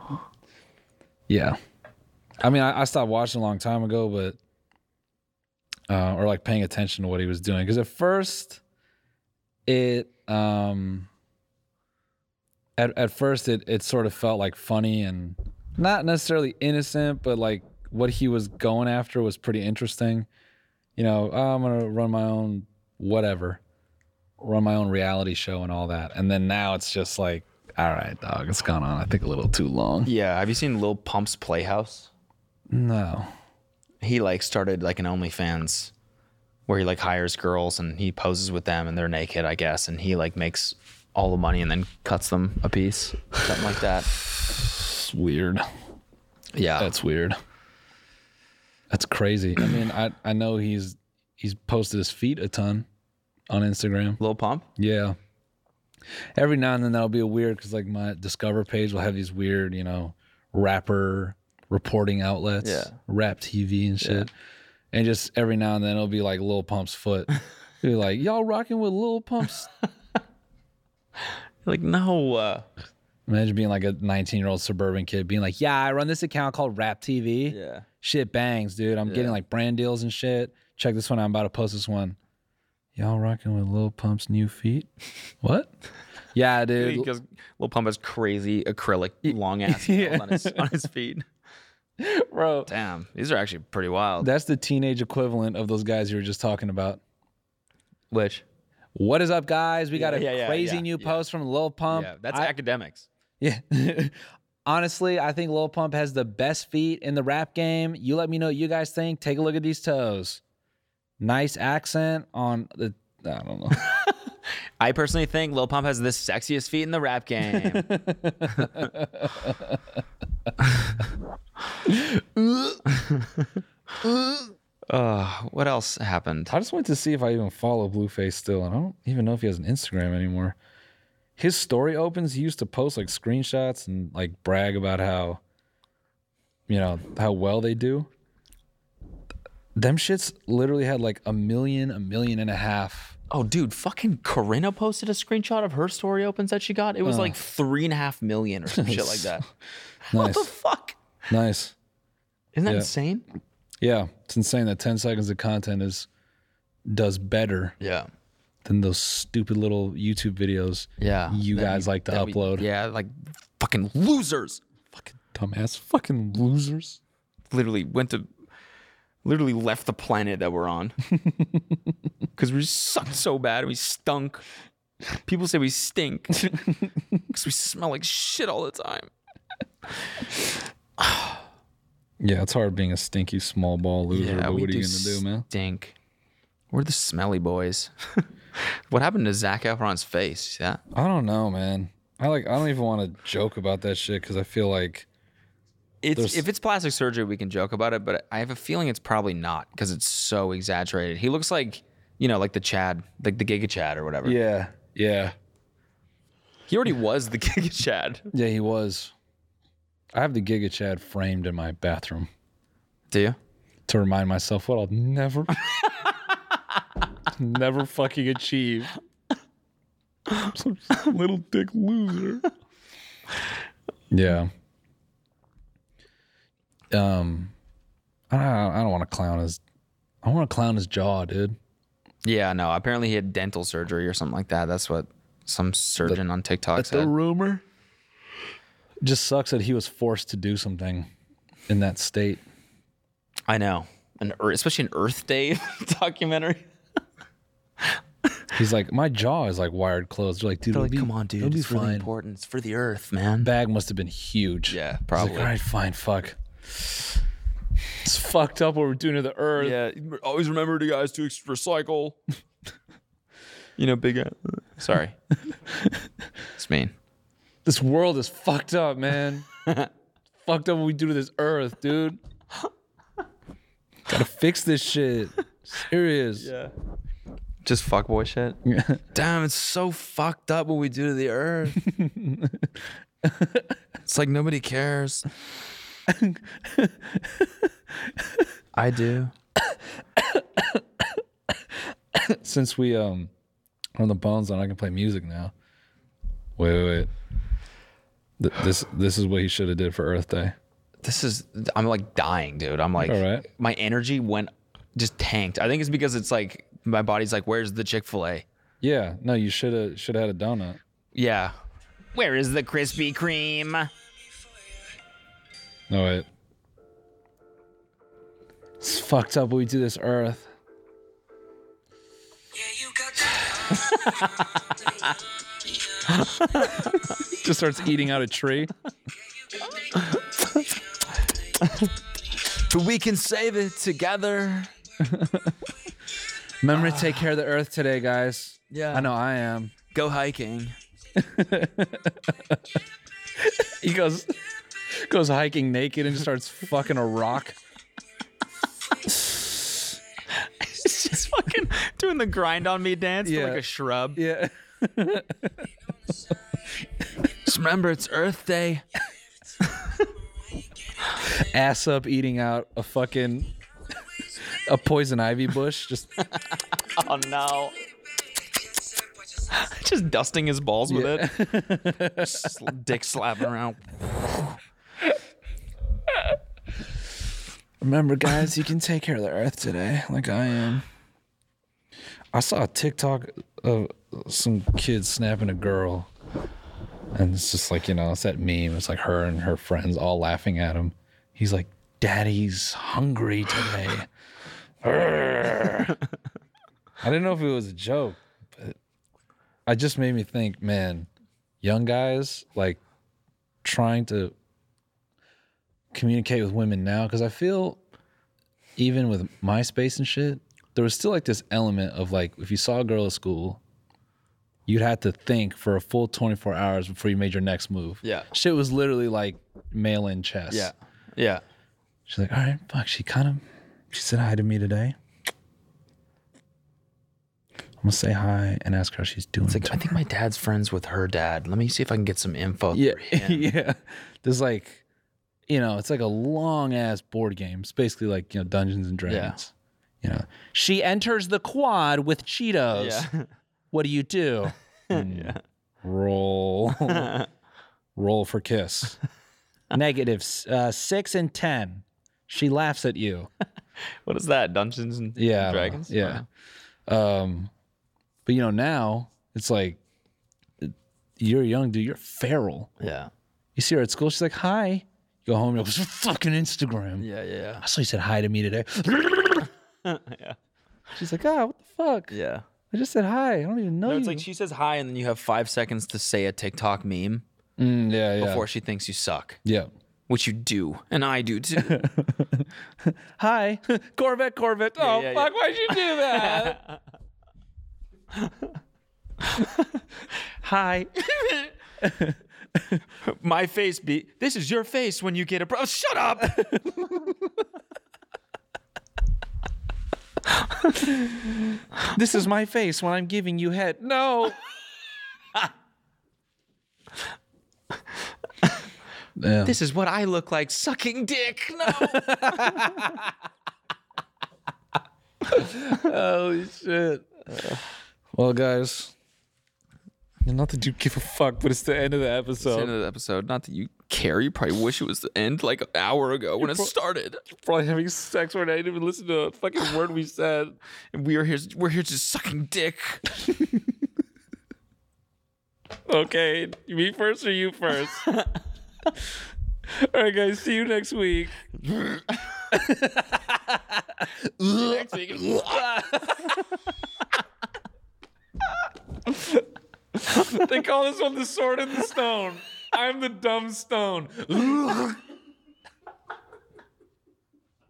[SPEAKER 2] Yeah. I mean, I, I stopped watching a long time ago, but uh, or like paying attention to what he was doing because at first it um at at first it it sort of felt like funny and not necessarily innocent, but like what he was going after was pretty interesting. You know, "Oh, I'm gonna run my own whatever run my own reality show and all that. And then now it's just like, all right, dog, it's gone on, I think, a little too long.
[SPEAKER 1] Yeah. Have you seen Lil Pump's Playhouse?
[SPEAKER 2] No.
[SPEAKER 1] he like started like an OnlyFans where he like hires girls and he poses with them and they're naked, I guess, and he like makes all the money and then cuts them a piece, something like that.
[SPEAKER 2] It's weird.
[SPEAKER 1] (laughs) Yeah,
[SPEAKER 2] That's weird. That's crazy. I mean, I, I know he's he's posted his feet a ton on Instagram.
[SPEAKER 1] Lil Pump.
[SPEAKER 2] Yeah. Every now and then that'll be a weird because like my Discover page will have these weird, you know, rapper reporting outlets,
[SPEAKER 1] Yeah.
[SPEAKER 2] rap TV and shit. And just every now and then it'll be like Lil Pump's foot. You're like, y'all rocking with Lil Pump's.
[SPEAKER 1] Like no, uh,
[SPEAKER 2] Imagine being like a 19 year old suburban kid being like, yeah, I run this account called Rap TV.
[SPEAKER 1] yeah.
[SPEAKER 2] Shit bangs, dude. I'm
[SPEAKER 1] Yeah.
[SPEAKER 2] getting like brand deals and shit. Check this one. out. I'm about to post this one. Y'all rocking with Lil Pump's
[SPEAKER 1] (laughs)
[SPEAKER 2] new feet? What? Yeah, dude.
[SPEAKER 1] Because Lil Pump has crazy acrylic (laughs) long ass nails on his on his feet.
[SPEAKER 2] Bro,
[SPEAKER 1] Damn, these are actually pretty wild.
[SPEAKER 2] That's the teenage equivalent of those guys you were just talking about.
[SPEAKER 1] Which?
[SPEAKER 2] What is up, guys? We got
[SPEAKER 1] Yeah,
[SPEAKER 2] a
[SPEAKER 1] yeah, yeah,
[SPEAKER 2] crazy
[SPEAKER 1] yeah,
[SPEAKER 2] new
[SPEAKER 1] yeah.
[SPEAKER 2] post from Lil Pump.
[SPEAKER 1] yeah, that's
[SPEAKER 2] I-
[SPEAKER 1] academics.
[SPEAKER 2] yeah. (laughs) Honestly, I think Lil Pump has the best feet in the rap game. You let me know what you guys think. Take a look at these toes. Nice accent on the. I don't know.
[SPEAKER 1] I personally think Lil Pump has the sexiest feet in the rap (laughs) game. uh, what else happened?
[SPEAKER 2] (laughs) I just went to see if I even follow Blueface still, and I don't even know if he has an Instagram anymore. His story opens. He used to post like screenshots and like brag about how, you know, how well they do. Them shits literally had like a million, a million and a half.
[SPEAKER 1] Oh, dude, fucking Corinna posted a screenshot of her story opens that she got. It was like three and a half million or some shit like (laughs) that. What
[SPEAKER 2] Nice,
[SPEAKER 1] the fuck?
[SPEAKER 2] nice.
[SPEAKER 1] Isn't that
[SPEAKER 2] Yeah.
[SPEAKER 1] insane?
[SPEAKER 2] Yeah, it's insane that ten seconds of content is does better
[SPEAKER 1] Yeah.
[SPEAKER 2] than those stupid little YouTube videos.
[SPEAKER 1] Yeah.
[SPEAKER 2] you
[SPEAKER 1] That
[SPEAKER 2] guys
[SPEAKER 1] we-
[SPEAKER 2] like to
[SPEAKER 1] that we-
[SPEAKER 2] upload.
[SPEAKER 1] yeah, like fucking losers.
[SPEAKER 2] fucking dumbass, fucking losers.
[SPEAKER 1] literally went to literally left the planet that we're
[SPEAKER 2] (laughs)
[SPEAKER 1] on because we sucked so bad we stunk people say we
[SPEAKER 2] (laughs)
[SPEAKER 1] stink because we smell like shit all the time
[SPEAKER 2] Yeah, it's hard being a stinky small ball loser, but what are you gonna do, man?
[SPEAKER 1] stink we're the smelly boys (laughs) what happened to zach efron's face yeah
[SPEAKER 2] I don't know, man. I like I don't even want to joke about that shit because I feel like
[SPEAKER 1] it's,
[SPEAKER 2] There's-
[SPEAKER 1] if it's plastic surgery we can joke about it but i have a feeling it's probably not because it's so exaggerated he looks like you know like the chad like the giga chad or whatever
[SPEAKER 2] Yeah. Yeah.
[SPEAKER 1] he already was the (laughs) giga chad
[SPEAKER 2] Yeah, he was. I have the Giga Chad framed in my bathroom
[SPEAKER 1] do you
[SPEAKER 2] to remind myself what I'll never (laughs) never fucking achieve. (laughs) Some little dick loser. Yeah. Um I don't, I don't want to clown his I want to clown his jaw, dude.
[SPEAKER 1] Yeah, no. Apparently, he had dental surgery or something like that. That's what some surgeon on TikTok said.
[SPEAKER 2] rumor. Just sucks that he was forced to do something in that state.
[SPEAKER 1] I know, an Ear- especially an Earth Day (laughs) documentary.
[SPEAKER 2] He's like, my jaw is like wired closed. They're like, dude,
[SPEAKER 1] They're
[SPEAKER 2] it'll
[SPEAKER 1] like,
[SPEAKER 2] be-
[SPEAKER 1] come on,
[SPEAKER 2] it'll
[SPEAKER 1] dude.
[SPEAKER 2] be
[SPEAKER 1] It's really
[SPEAKER 2] fine."
[SPEAKER 1] important. It's for the Earth, man.
[SPEAKER 2] Bag must have been huge.
[SPEAKER 1] Yeah,
[SPEAKER 2] He's
[SPEAKER 1] probably.
[SPEAKER 2] Like, All right, fine, fuck. It's fucked up what we're doing to the earth.
[SPEAKER 1] Yeah. Always remember to guys to
[SPEAKER 2] (laughs)
[SPEAKER 1] recycle. you know, big. Sorry, it's mean.
[SPEAKER 2] This world is fucked up,
[SPEAKER 1] (laughs)
[SPEAKER 2] man. fucked up what we do to this earth, dude. Gotta fix this shit. Serious.
[SPEAKER 1] Yeah. Just fuckboy (laughs) shit. Damn, it's so fucked up what we do to the (laughs) Earth. it's like nobody cares. I do.
[SPEAKER 2] since we um are on the bones on I can play music now. Wait, wait, wait. Th- this this is what he should have did for Earth Day.
[SPEAKER 1] This is I'm like dying, dude. I'm like
[SPEAKER 2] All right.
[SPEAKER 1] my energy went just tanked. I think it's because it's like my body's like, where's the Chick-fil-A?
[SPEAKER 2] Yeah, no, you should have should have had a donut.
[SPEAKER 1] Yeah. Where is the Krispy Kreme?
[SPEAKER 2] No wait. It's fucked up what we do this Earth. Just starts eating out a tree.
[SPEAKER 1] But we can save it together.
[SPEAKER 2] Remember to take care of the Earth today, guys.
[SPEAKER 1] Yeah.
[SPEAKER 2] I know I am.
[SPEAKER 1] Go (laughs) hiking.
[SPEAKER 2] He goes goes hiking naked and just starts fucking a rock.
[SPEAKER 1] It's just fucking doing the grind on me dance to,
[SPEAKER 2] Yeah.
[SPEAKER 1] like a shrub.
[SPEAKER 2] Yeah.
[SPEAKER 1] Just remember, it's Earth Day.
[SPEAKER 2] Ass up eating out a fucking a poison ivy bush. Just
[SPEAKER 1] Oh no. (laughs) Just dusting his balls with
[SPEAKER 2] Yeah.
[SPEAKER 1] it. (laughs) Sl- Dick slapping around.
[SPEAKER 2] Remember, guys, you can take care of the earth today, like I am. I saw a TikTok of some kid snapping a girl, and it's just like you know, it's that meme. It's like her and her friends all laughing at him. He's like, "Daddy's hungry today." Urgh. I didn't know if it was a joke, but I just made me think, man, young guys like trying to communicate with women now because I feel even with MySpace and shit, there was still like this element of like if you saw a girl at school, you'd have to think for a full 24 hours before you made your next move.
[SPEAKER 1] Yeah.
[SPEAKER 2] Shit was literally like mail in chess.
[SPEAKER 1] Yeah. Yeah.
[SPEAKER 2] She's like, all right, fuck. She kind of, she said hi to me today. I'm gonna say hi and ask her how she's doing.
[SPEAKER 1] It's like, I think my dad's friends with her dad. Let me see if I can get some info. (laughs)
[SPEAKER 2] yeah,
[SPEAKER 1] through him.
[SPEAKER 2] (laughs) yeah. There's like, you know, it's like a long ass board game. It's basically like you know Dungeons and Dragons. You know, she enters the quad with Cheetos.
[SPEAKER 1] Yeah.
[SPEAKER 2] (laughs)
[SPEAKER 1] (laughs)
[SPEAKER 2] What do you do? yeah. Roll, roll for kiss. Negative s- uh, six and ten. She laughs at you.
[SPEAKER 1] What is that? Dungeons and
[SPEAKER 2] yeah I don't know.
[SPEAKER 1] Dragons?
[SPEAKER 2] yeah um but you know now it's like you're young dude you're feral
[SPEAKER 1] Yeah.
[SPEAKER 2] you see her at school she's like hi you go home you're like fucking instagram
[SPEAKER 1] Yeah. Yeah.
[SPEAKER 2] i saw you said hi to me today (laughs)
[SPEAKER 1] (laughs) Yeah.
[SPEAKER 2] she's like ah what the fuck
[SPEAKER 1] Yeah.
[SPEAKER 2] i just said hi i don't even know
[SPEAKER 1] No,
[SPEAKER 2] you.
[SPEAKER 1] it's like she says hi, and then you have five seconds to say a TikTok meme
[SPEAKER 2] Mm, yeah yeah
[SPEAKER 1] before she thinks you suck,
[SPEAKER 2] yeah
[SPEAKER 1] which you do, and I do (laughs) too.
[SPEAKER 2] hi (laughs) corvette corvette oh
[SPEAKER 1] yeah,
[SPEAKER 2] fuck why'd you do that
[SPEAKER 1] (laughs)
[SPEAKER 2] (laughs)
[SPEAKER 1] hi. My face be. This is your face when you get a. Bro- Shut up.
[SPEAKER 2] this is my face when i'm giving you head no (laughs) yeah.
[SPEAKER 1] this is what I look like sucking dick. (laughs) No.
[SPEAKER 2] Holy shit. Well, guys, not that you give a fuck, but it's the end of the
[SPEAKER 1] It's the end
[SPEAKER 2] episode.
[SPEAKER 1] of the episode. Not that you care. You probably wish it was the end like an hour ago when it started.
[SPEAKER 2] Probably having sex when I didn't even listen to a fucking word we said.
[SPEAKER 1] (sighs) And we are here. We're here just sucking dick.
[SPEAKER 2] Okay, me first or you first? All right, guys, see you next week. they call this one the sword and the stone. I'm the dumb stone.